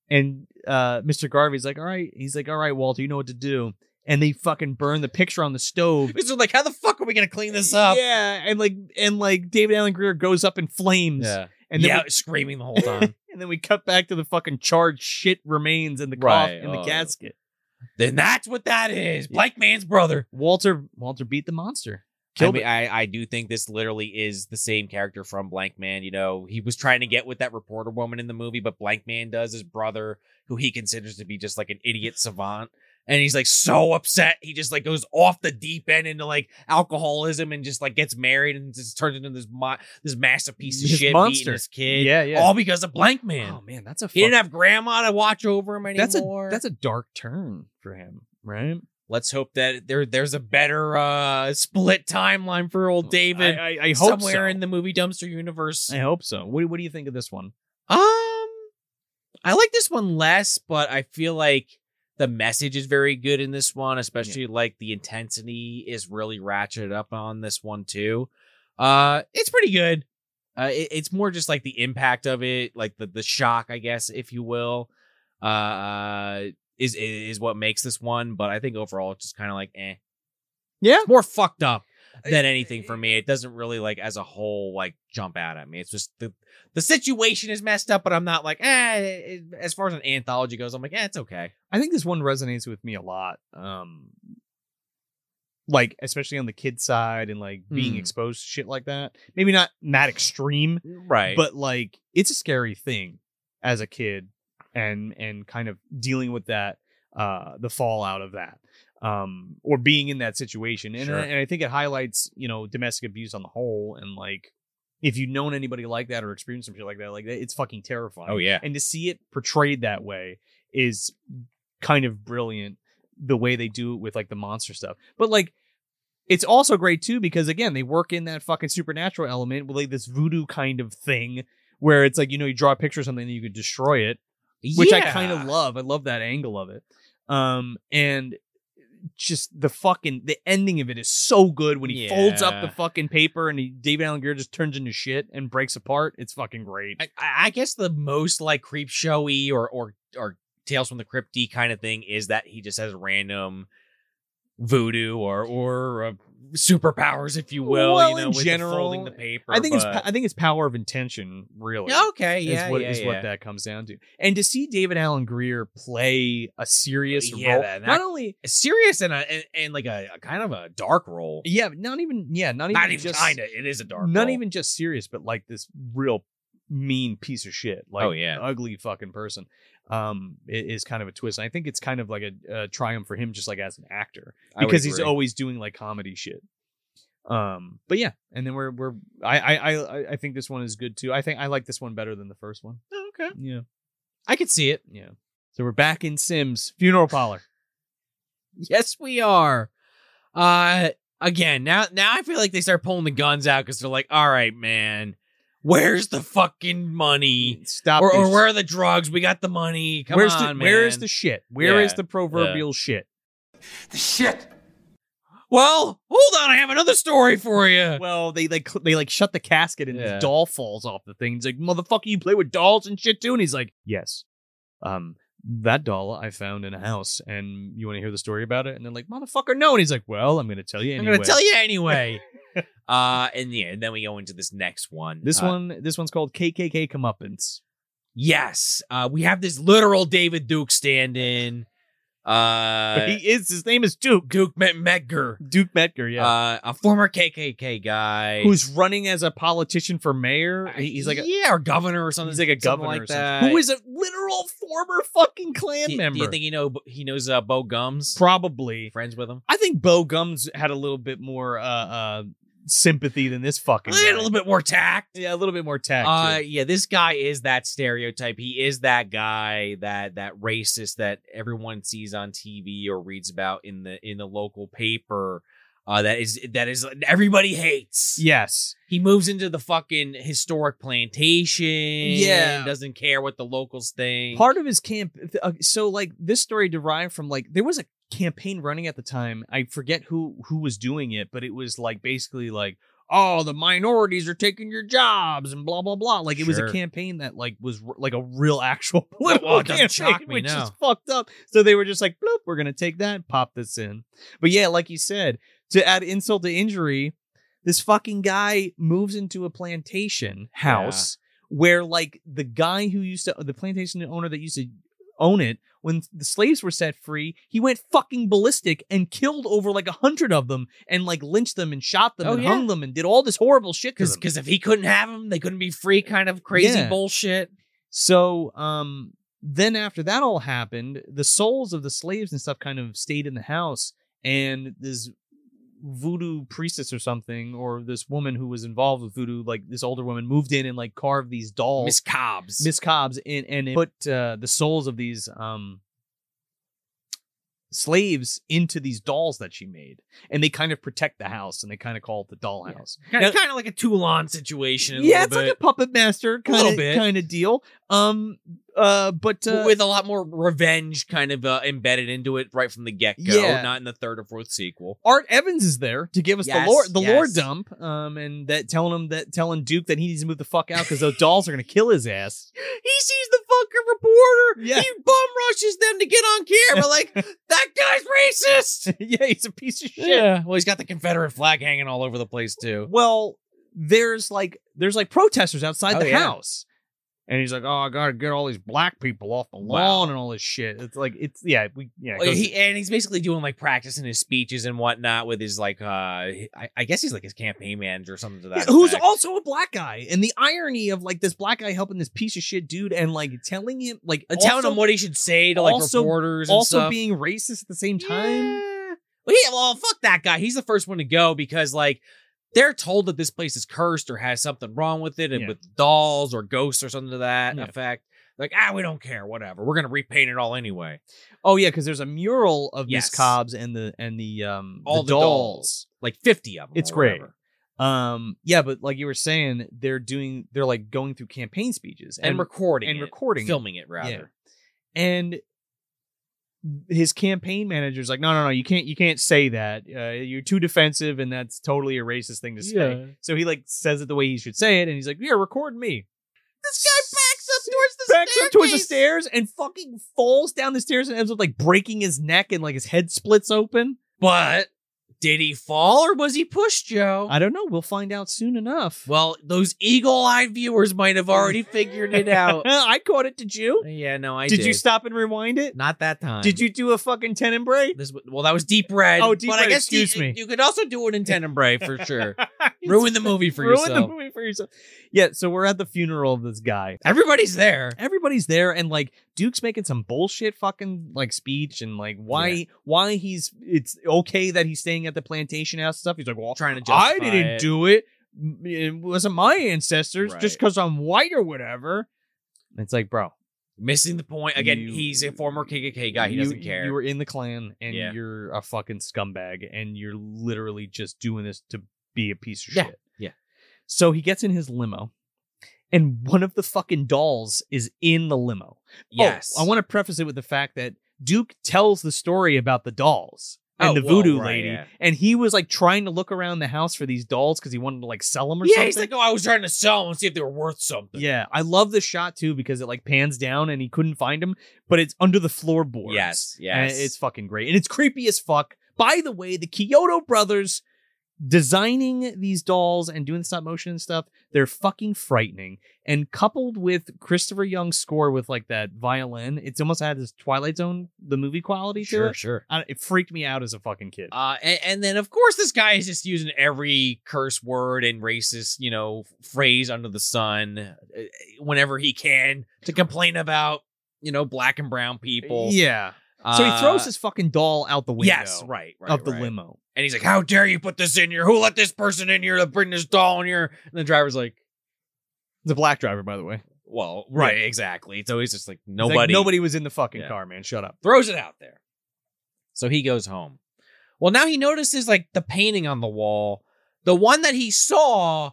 Speaker 1: and uh Mr. Garvey's like, all right, he's like, all right, Walter, you know what to do, and they fucking burn the picture on the stove.
Speaker 2: Because they're like, how the fuck are we gonna clean this up?
Speaker 1: Yeah, and like and like David Allen Greer goes up in flames,
Speaker 2: Yeah.
Speaker 1: and then
Speaker 2: Yeah,
Speaker 1: we,
Speaker 2: screaming the whole time.
Speaker 1: and then we cut back to the fucking charred shit remains in the coff
Speaker 2: Right,
Speaker 1: in the
Speaker 2: oh.
Speaker 1: casket.
Speaker 2: then that's what that is. Black man's brother.
Speaker 1: Walter Walter beat the monster.
Speaker 2: I
Speaker 1: Killed
Speaker 2: mean,
Speaker 1: it.
Speaker 2: I, I do think this literally is the same character from Blank Man. You know, he was trying to get with that reporter woman in the movie, but Blank Man does his brother, who he considers to be just like an idiot savant. And he's like so upset. He just like goes off the deep end into like alcoholism and just like gets married and just turns into this mo- this massive piece of
Speaker 1: This
Speaker 2: shit
Speaker 1: monster.
Speaker 2: beating his kid.
Speaker 1: Yeah, yeah.
Speaker 2: All because of Blank Man.
Speaker 1: oh man, that's a
Speaker 2: he didn't
Speaker 1: fuck-
Speaker 2: have grandma to watch over him
Speaker 1: that's
Speaker 2: anymore.
Speaker 1: a that's a dark turn for him, right?
Speaker 2: Let's hope that there there's a better uh split timeline for old David
Speaker 1: I, I, I hope
Speaker 2: somewhere
Speaker 1: so.
Speaker 2: in the movie dumpster universe.
Speaker 1: I hope so. What, what do you think of this one?
Speaker 2: Um, I like this one less, but I feel like the message is very good in this one, especially like the intensity is really ratcheted up on this one too. Uh, it's pretty good. Uh, it- it's more just like the impact of it, like the the shock, I guess, if you will. Uh. Is is what makes this one, but I think overall it's just kind of like eh.
Speaker 1: Yeah.
Speaker 2: It's more fucked up than anything for me. It doesn't really like as a whole like jump out at me. It's just the the situation is messed up, but I'm not like eh. it- as far as an anthology goes, I'm like eh, it's okay.
Speaker 1: I think this one resonates with me a lot. Um like especially on the kid side and like being
Speaker 2: Hmm.
Speaker 1: exposed to shit like that. Maybe not that extreme,
Speaker 2: Right, but
Speaker 1: but like it's a scary thing as a kid and and kind of dealing with that uh the fallout of that um or being in that situation and,
Speaker 2: Sure.
Speaker 1: I, and i think it highlights you know domestic abuse on the whole and like if you've known anybody like that or experienced some shit like that like that, it's fucking terrifying
Speaker 2: oh yeah,
Speaker 1: and to see it portrayed that way is kind of brilliant the way they do it with like the monster stuff but like it's also great too because again they work in that fucking supernatural element with like this voodoo kind of thing where it's like you know you draw a picture of something and you could destroy it which i kind of
Speaker 2: Yeah.
Speaker 1: love i love that angle of it um and just the fucking the ending of it is so good when he folds up the
Speaker 2: Yeah.
Speaker 1: fucking paper and he, David Allen Greer just turns into shit and breaks apart. It's fucking great.
Speaker 2: I, I I guess the most like creep showy or or or Tales from the Crypty kind of thing is that he just has random voodoo or or uh, superpowers, if you will.
Speaker 1: Well,
Speaker 2: you know,
Speaker 1: in
Speaker 2: with the
Speaker 1: general,
Speaker 2: folding the paper.
Speaker 1: I think it's
Speaker 2: but-
Speaker 1: I think it's power of intention, really.
Speaker 2: okay. Yeah,
Speaker 1: is what
Speaker 2: yeah,
Speaker 1: is
Speaker 2: yeah.
Speaker 1: what that comes down to. And to see David Allen Greer play a serious
Speaker 2: Yeah,
Speaker 1: role,
Speaker 2: that- that-
Speaker 1: not only
Speaker 2: serious and a and, and like a, a kind of a dark role.
Speaker 1: yeah, not even yeah, not even
Speaker 2: Not even
Speaker 1: just
Speaker 2: kind of. It is a dark.
Speaker 1: not
Speaker 2: role.
Speaker 1: even just serious, but like this real mean piece of shit. Like
Speaker 2: Oh, yeah.
Speaker 1: ugly fucking person. Um, i- is kind of a twist. And I think it's kind of like a, a triumph for him, just like as an actor,
Speaker 2: I would
Speaker 1: because he's
Speaker 2: agree.
Speaker 1: always doing like comedy shit. Um, but yeah, and then we're we're I I I- I I think this one is good too. I think I like this one better than the first one.
Speaker 2: Oh, okay.
Speaker 1: Yeah,
Speaker 2: I could see it.
Speaker 1: yeah. So we're back in Sims Funeral Parlor.
Speaker 2: Yes, we are. Uh again, now now I feel like they start pulling the guns out because they're like, all right, man, where's the fucking money?
Speaker 1: Stop.
Speaker 2: Or,
Speaker 1: this.
Speaker 2: or where are the drugs? We got the money. Come
Speaker 1: where's the
Speaker 2: on, man.
Speaker 1: where is the shit? Where is
Speaker 2: Yeah,
Speaker 1: the proverbial shit?
Speaker 5: The shit.
Speaker 2: Well, hold on, I have another story for you.
Speaker 1: Well, they like cl- they like shut the casket and
Speaker 2: Yeah.
Speaker 1: his doll falls off the thing. He's like, "Motherfucker, you play with dolls and shit too?" And he's like, "Yes." Um, that doll I found in a house, and you want to hear the story about it? And they're like, "Motherfucker, no!" And he's like, "Well, I'm gonna tell you anyway."
Speaker 2: I'm gonna tell you anyway. uh and yeah, and then we go into this next one.
Speaker 1: This
Speaker 2: Uh,
Speaker 1: one, this one's called KKK Comeuppance.
Speaker 2: Yes. Uh we have this literal David Duke stand in. Uh
Speaker 1: But he is his name is Duke
Speaker 2: Duke Met Medgar.
Speaker 1: Duke Metger, yeah,
Speaker 2: Uh, a former KKK guy
Speaker 1: who's running as a politician for mayor. He- He's like a
Speaker 2: yeah, or governor or something.
Speaker 1: he's like a
Speaker 2: something
Speaker 1: governor
Speaker 2: like
Speaker 1: or something.
Speaker 2: that.
Speaker 1: who is a literal former fucking Klan
Speaker 2: do, do
Speaker 1: member.
Speaker 2: you think he know he knows uh, Bo Gums?
Speaker 1: Probably.
Speaker 2: Friends with him.
Speaker 1: I think Bo Gums had a little bit more uh, uh, sympathy than this
Speaker 2: A
Speaker 1: fucking. guy.
Speaker 2: little bit more tact.
Speaker 1: yeah, a little bit more tact.
Speaker 2: Uh,
Speaker 1: Uh,
Speaker 2: yeah, this guy is that stereotype. He is that guy that that racist that everyone sees on TV or reads about in the in the local paper. Uh, that is that is everybody hates.
Speaker 1: yes,
Speaker 2: He moves into the fucking historic plantation.
Speaker 1: Yeah.
Speaker 2: doesn't care what the locals think.
Speaker 1: part of his camp. Uh, so like this story derived from like there was a campaign running at the time. I forget who who was doing it, but it was like basically like. Oh, the minorities are taking your jobs and blah blah blah. Like it was a
Speaker 2: Sure.
Speaker 1: campaign that like was r- like a real actual political
Speaker 2: well, it doesn't
Speaker 1: campaign,
Speaker 2: shock me,
Speaker 1: which
Speaker 2: no.
Speaker 1: is fucked up. So they were just like, "Bloop, we're gonna take that, and pop this in." But yeah, like you said, to add insult to injury, this fucking guy moves into a plantation house where like the guy who used to the plantation owner that used to own it when the slaves were set free he went fucking ballistic and killed over like a hundred of them and like lynched them and shot them
Speaker 2: Oh,
Speaker 1: and
Speaker 2: yeah.
Speaker 1: hung them and did all this horrible shit to
Speaker 2: because
Speaker 1: them.
Speaker 2: because if he couldn't have them, they couldn't be free. Kind of crazy
Speaker 1: Yeah.
Speaker 2: bullshit.
Speaker 1: So um then after that all happened, the souls of the slaves and stuff kind of stayed in the house and this voodoo priestess or something or this woman who was involved with voodoo like this older woman moved in and like carved these dolls
Speaker 2: Miss Cobbs.
Speaker 1: Miss Cobbs and and it put uh, the souls of these um slaves into these dolls that she made and they kind of protect the house and they kind of call it the doll house.
Speaker 2: kind,
Speaker 1: Now-
Speaker 2: of, kind of like a Toulon situation. A
Speaker 1: yeah, it's
Speaker 2: little
Speaker 1: like a
Speaker 2: bit,
Speaker 1: puppet master kind
Speaker 2: little
Speaker 1: of
Speaker 2: bit.
Speaker 1: kind of deal. Um, uh, but uh,
Speaker 2: w- with a lot more revenge kind of uh, embedded into it right from the get go.
Speaker 1: Yeah.
Speaker 2: Not in the third or fourth sequel.
Speaker 1: Art Evans is there to give us
Speaker 2: Yes,
Speaker 1: the lore, the lore
Speaker 2: yes.
Speaker 1: dump, um, and that telling him that telling Duke that he needs to move the fuck out because those dolls are gonna kill his ass.
Speaker 2: He sees the fucking reporter.
Speaker 1: Yeah.
Speaker 2: He bum rushes them to get on camera. Like that guy's racist.
Speaker 1: yeah, he's a piece of shit.
Speaker 2: Yeah. Well, he's got the Confederate flag hanging all over the place too.
Speaker 1: Well, there's like there's like protesters outside
Speaker 2: Oh,
Speaker 1: the
Speaker 2: yeah.
Speaker 1: house, and he's like, "Oh, I gotta get all these black people off the
Speaker 2: Wow.
Speaker 1: lawn and all this shit." It's like it's yeah, we yeah. it
Speaker 2: Well,
Speaker 1: goes-
Speaker 2: he, and he's basically doing like practicing his speeches and whatnot with his like uh I, I guess he's like his campaign manager or something to that.
Speaker 1: Yeah, who's
Speaker 2: effect.
Speaker 1: also a black guy, and the irony of like this black guy helping this piece of shit dude, and like telling him like
Speaker 2: And telling
Speaker 1: also-
Speaker 2: him what he should say to like
Speaker 1: also-
Speaker 2: reporters and
Speaker 1: also
Speaker 2: stuff.
Speaker 1: being racist at the same time.
Speaker 2: Yeah. Well, yeah, well, fuck that guy. He's the first one to go because like they're told that this place is cursed or has something wrong with it and
Speaker 1: Yeah.
Speaker 2: with dolls or ghosts or something to that
Speaker 1: Yeah.
Speaker 2: effect. Like, ah, we don't care, whatever. We're gonna repaint it all anyway.
Speaker 1: Oh yeah, because there's a mural of
Speaker 2: Yes.
Speaker 1: Miss Cobbs and the and the um
Speaker 2: All the dolls. Like 50 of them.
Speaker 1: It's
Speaker 2: or
Speaker 1: great.
Speaker 2: whatever.
Speaker 1: Um yeah, but like you were saying, they're doing they're like going through campaign speeches
Speaker 2: And, recording
Speaker 1: and
Speaker 2: it.
Speaker 1: recording it.
Speaker 2: filming it rather.
Speaker 1: and his campaign manager's like, no, no, no, you can't, you can't say that. Uh, you're too defensive, and that's totally a racist thing to say. So he like says it the way he should say it, and he's like, yeah, record me.
Speaker 2: This guy backs up towards the
Speaker 1: Backs
Speaker 2: staircase.
Speaker 1: up towards the stairs and fucking falls down the stairs and ends up like breaking his neck and like his head splits open.
Speaker 2: But did he fall or was he pushed, Joe?
Speaker 1: I don't know. We'll find out soon enough.
Speaker 2: well, those eagle-eyed viewers might have already figured it out.
Speaker 1: I caught it. Did you?
Speaker 2: yeah, no, I
Speaker 1: did,
Speaker 2: did.
Speaker 1: you stop and rewind it?
Speaker 2: Not that time.
Speaker 1: Did you do a fucking tenebrae?
Speaker 2: This well, that was deep red.
Speaker 1: Oh, Deep
Speaker 2: but I
Speaker 1: Red,
Speaker 2: guess
Speaker 1: excuse
Speaker 2: you,
Speaker 1: me.
Speaker 2: You could also do it in Tenebrae for sure. Ruin the movie for
Speaker 1: Ruin
Speaker 2: yourself.
Speaker 1: the movie for yourself. Yeah. So we're at the funeral of this guy.
Speaker 2: Everybody's there.
Speaker 1: everybody's there and like duke's making some bullshit fucking like speech and like why
Speaker 2: Yeah.
Speaker 1: why he's it's okay that he's staying at the plantation house and stuff he's like well
Speaker 2: Trying to justify
Speaker 1: i didn't
Speaker 2: it.
Speaker 1: do it it wasn't my ancestors just
Speaker 2: Right.
Speaker 1: because i'm white or whatever And it's like bro
Speaker 2: Missing the point. Again,
Speaker 1: You-
Speaker 2: he's a former KKK guy. He
Speaker 1: you-
Speaker 2: doesn't care.
Speaker 1: you were in the clan and
Speaker 2: Yeah.
Speaker 1: you're a fucking scumbag and you're literally just doing this to be a piece of
Speaker 2: Yeah,
Speaker 1: shit
Speaker 2: yeah.
Speaker 1: so he gets in his limo and one of the fucking dolls is in the limo
Speaker 2: yes.
Speaker 1: Oh, I want to preface it with the fact that Duke tells the story about the dolls and
Speaker 2: Oh,
Speaker 1: the
Speaker 2: well,
Speaker 1: voodoo
Speaker 2: right,
Speaker 1: lady,
Speaker 2: yeah.
Speaker 1: and he was like trying to look around the house for these dolls because he wanted to like sell them or
Speaker 2: Yeah,
Speaker 1: something.
Speaker 2: he's like, oh, I was trying to sell them and see if they were worth something.
Speaker 1: yeah, I love the shot too because it like pans down and he couldn't find him, but it's under the floorboards.
Speaker 2: Yes.
Speaker 1: And
Speaker 2: Yes.
Speaker 1: it's fucking great and it's creepy as fuck. By the way, the Kyoto brothers designing these dolls and doing stop motion and stuff, they're fucking frightening. And coupled with Christopher Young's score with like that violin, it's almost had this Twilight Zone the movie quality to
Speaker 2: sure,
Speaker 1: it.
Speaker 2: sure.
Speaker 1: I, it freaked me out as a fucking kid.
Speaker 2: Uh, and, and then of course this guy is just using every curse word and racist, you know, phrase under the sun uh, whenever he can to complain about, you know, black and brown people.
Speaker 1: yeah. So he throws
Speaker 2: Uh,
Speaker 1: his fucking doll out the window.
Speaker 2: Yes, right, right,
Speaker 1: of the
Speaker 2: right.
Speaker 1: limo.
Speaker 2: And he's like, "How dare you put this in here? Who let this person in here to bring this doll in here?" And the driver's like,
Speaker 1: The black driver, by the way.
Speaker 2: "Well, right, exactly." So he's just like,
Speaker 1: He's like,
Speaker 2: "Nobody,
Speaker 1: nobody was in the fucking
Speaker 2: Yeah.
Speaker 1: car, man. Shut up.
Speaker 2: throws it out there. So he goes home. Well, now he notices like the painting on the wall. The one that he saw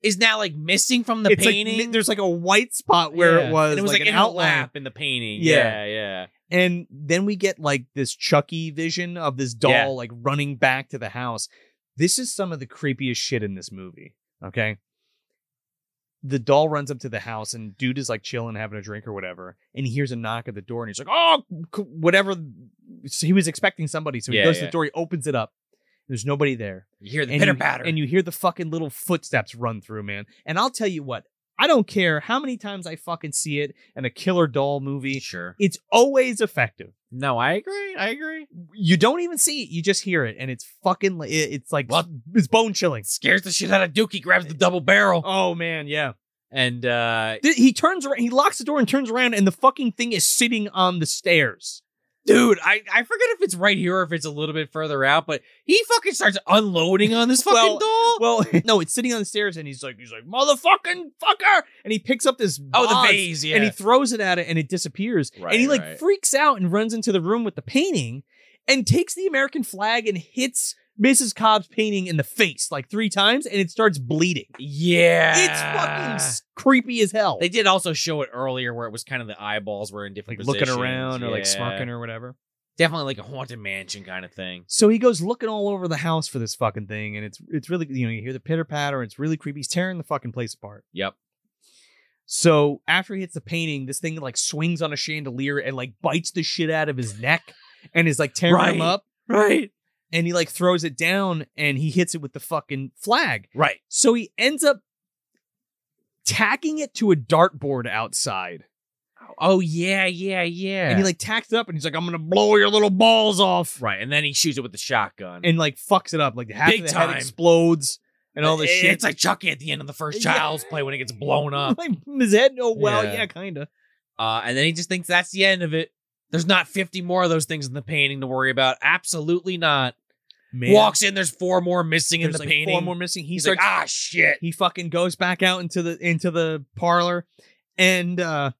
Speaker 2: is now like missing from the
Speaker 1: It's like,
Speaker 2: painting.
Speaker 1: there's like a white spot where
Speaker 2: Yeah.
Speaker 1: it was.
Speaker 2: And it was like,
Speaker 1: an
Speaker 2: in her
Speaker 1: outline.
Speaker 2: lap in the painting.
Speaker 1: Yeah.
Speaker 2: Yeah, yeah.
Speaker 1: And then we get like this Chucky vision of this doll
Speaker 2: Yeah.
Speaker 1: like running back to the house. This is some of the creepiest shit in this movie. Okay. The doll runs up to the house and dude is like chilling, having a drink or whatever. And he hears a knock at the door and he's like, oh, c- whatever. So he was expecting somebody. So he
Speaker 2: Yeah,
Speaker 1: goes to
Speaker 2: yeah.
Speaker 1: the door, he opens it up. There's nobody there.
Speaker 2: You hear the
Speaker 1: And you,
Speaker 2: pitter patter.
Speaker 1: and you hear the fucking little footsteps run through, man. And I'll tell you what, I don't care how many times I fucking see it in a killer doll movie,
Speaker 2: sure.
Speaker 1: it's always effective
Speaker 2: No, I agree. I agree.
Speaker 1: you don't even see it you just hear it and it's fucking it, it's like
Speaker 2: What?
Speaker 1: it's bone chilling
Speaker 2: Scares the shit out of Dookie, grabs the double barrel.
Speaker 1: oh man yeah
Speaker 2: And uh
Speaker 1: Th- he turns around he locks the door and turns around and the fucking thing is sitting on the stairs
Speaker 2: dude, I, I forget if it's right here or if it's a little bit further out, but he fucking starts unloading on this
Speaker 1: Well,
Speaker 2: fucking doll.
Speaker 1: well no it's sitting on the stairs and he's like he's like motherfucking fucker and he picks up this
Speaker 2: oh,
Speaker 1: vase,
Speaker 2: the vase, yeah.
Speaker 1: and he throws it at it and it disappears
Speaker 2: Right,
Speaker 1: and he like
Speaker 2: right.
Speaker 1: freaks out and runs into the room with the painting and takes the american flag and hits mrs cobb's painting in the face like three times and it starts bleeding
Speaker 2: Yeah.
Speaker 1: it's fucking s- creepy as hell
Speaker 2: Ah. They did also show it earlier where it was kind of the eyeballs were in different
Speaker 1: like looking
Speaker 2: positions.
Speaker 1: around or like
Speaker 2: Yeah.
Speaker 1: smirking or whatever.
Speaker 2: Definitely like a haunted mansion kind of thing.
Speaker 1: So he goes looking all over the house for this fucking thing, and it's it's really you know you hear the pitter patter, it's really creepy. He's tearing the fucking place apart.
Speaker 2: Yep.
Speaker 1: So after he hits the painting, this thing like swings on a chandelier and like bites the shit out of his neck, and is like tearing him
Speaker 2: Right.
Speaker 1: up,
Speaker 2: Right.
Speaker 1: and he like throws it down, and he hits it with the fucking flag.
Speaker 2: Right.
Speaker 1: So he ends up tacking it to a dartboard outside.
Speaker 2: Oh yeah, yeah, yeah.
Speaker 1: And he like tacks it up and he's like, I'm gonna blow your little balls off.
Speaker 2: right, and then he shoots it with the shotgun.
Speaker 1: and like fucks it up. Like half
Speaker 2: Big
Speaker 1: of the
Speaker 2: time.
Speaker 1: head explodes and all this
Speaker 2: It-
Speaker 1: shit.
Speaker 2: It's like Chucky at the end of the first
Speaker 1: Yeah.
Speaker 2: Child's Play when it gets blown up.
Speaker 1: Like, his head. Oh well, yeah,
Speaker 2: Yeah.
Speaker 1: kind of.
Speaker 2: Uh, and then he just thinks that's the end of it. There's not 50 more of those things in the painting to worry about. Absolutely not. Walks in. There's four more missing
Speaker 1: There's
Speaker 2: in the
Speaker 1: like
Speaker 2: painting.
Speaker 1: four more missing. He
Speaker 2: He's
Speaker 1: starts.
Speaker 2: like, ah, shit.
Speaker 1: He fucking goes back out into the into the parlor, and uh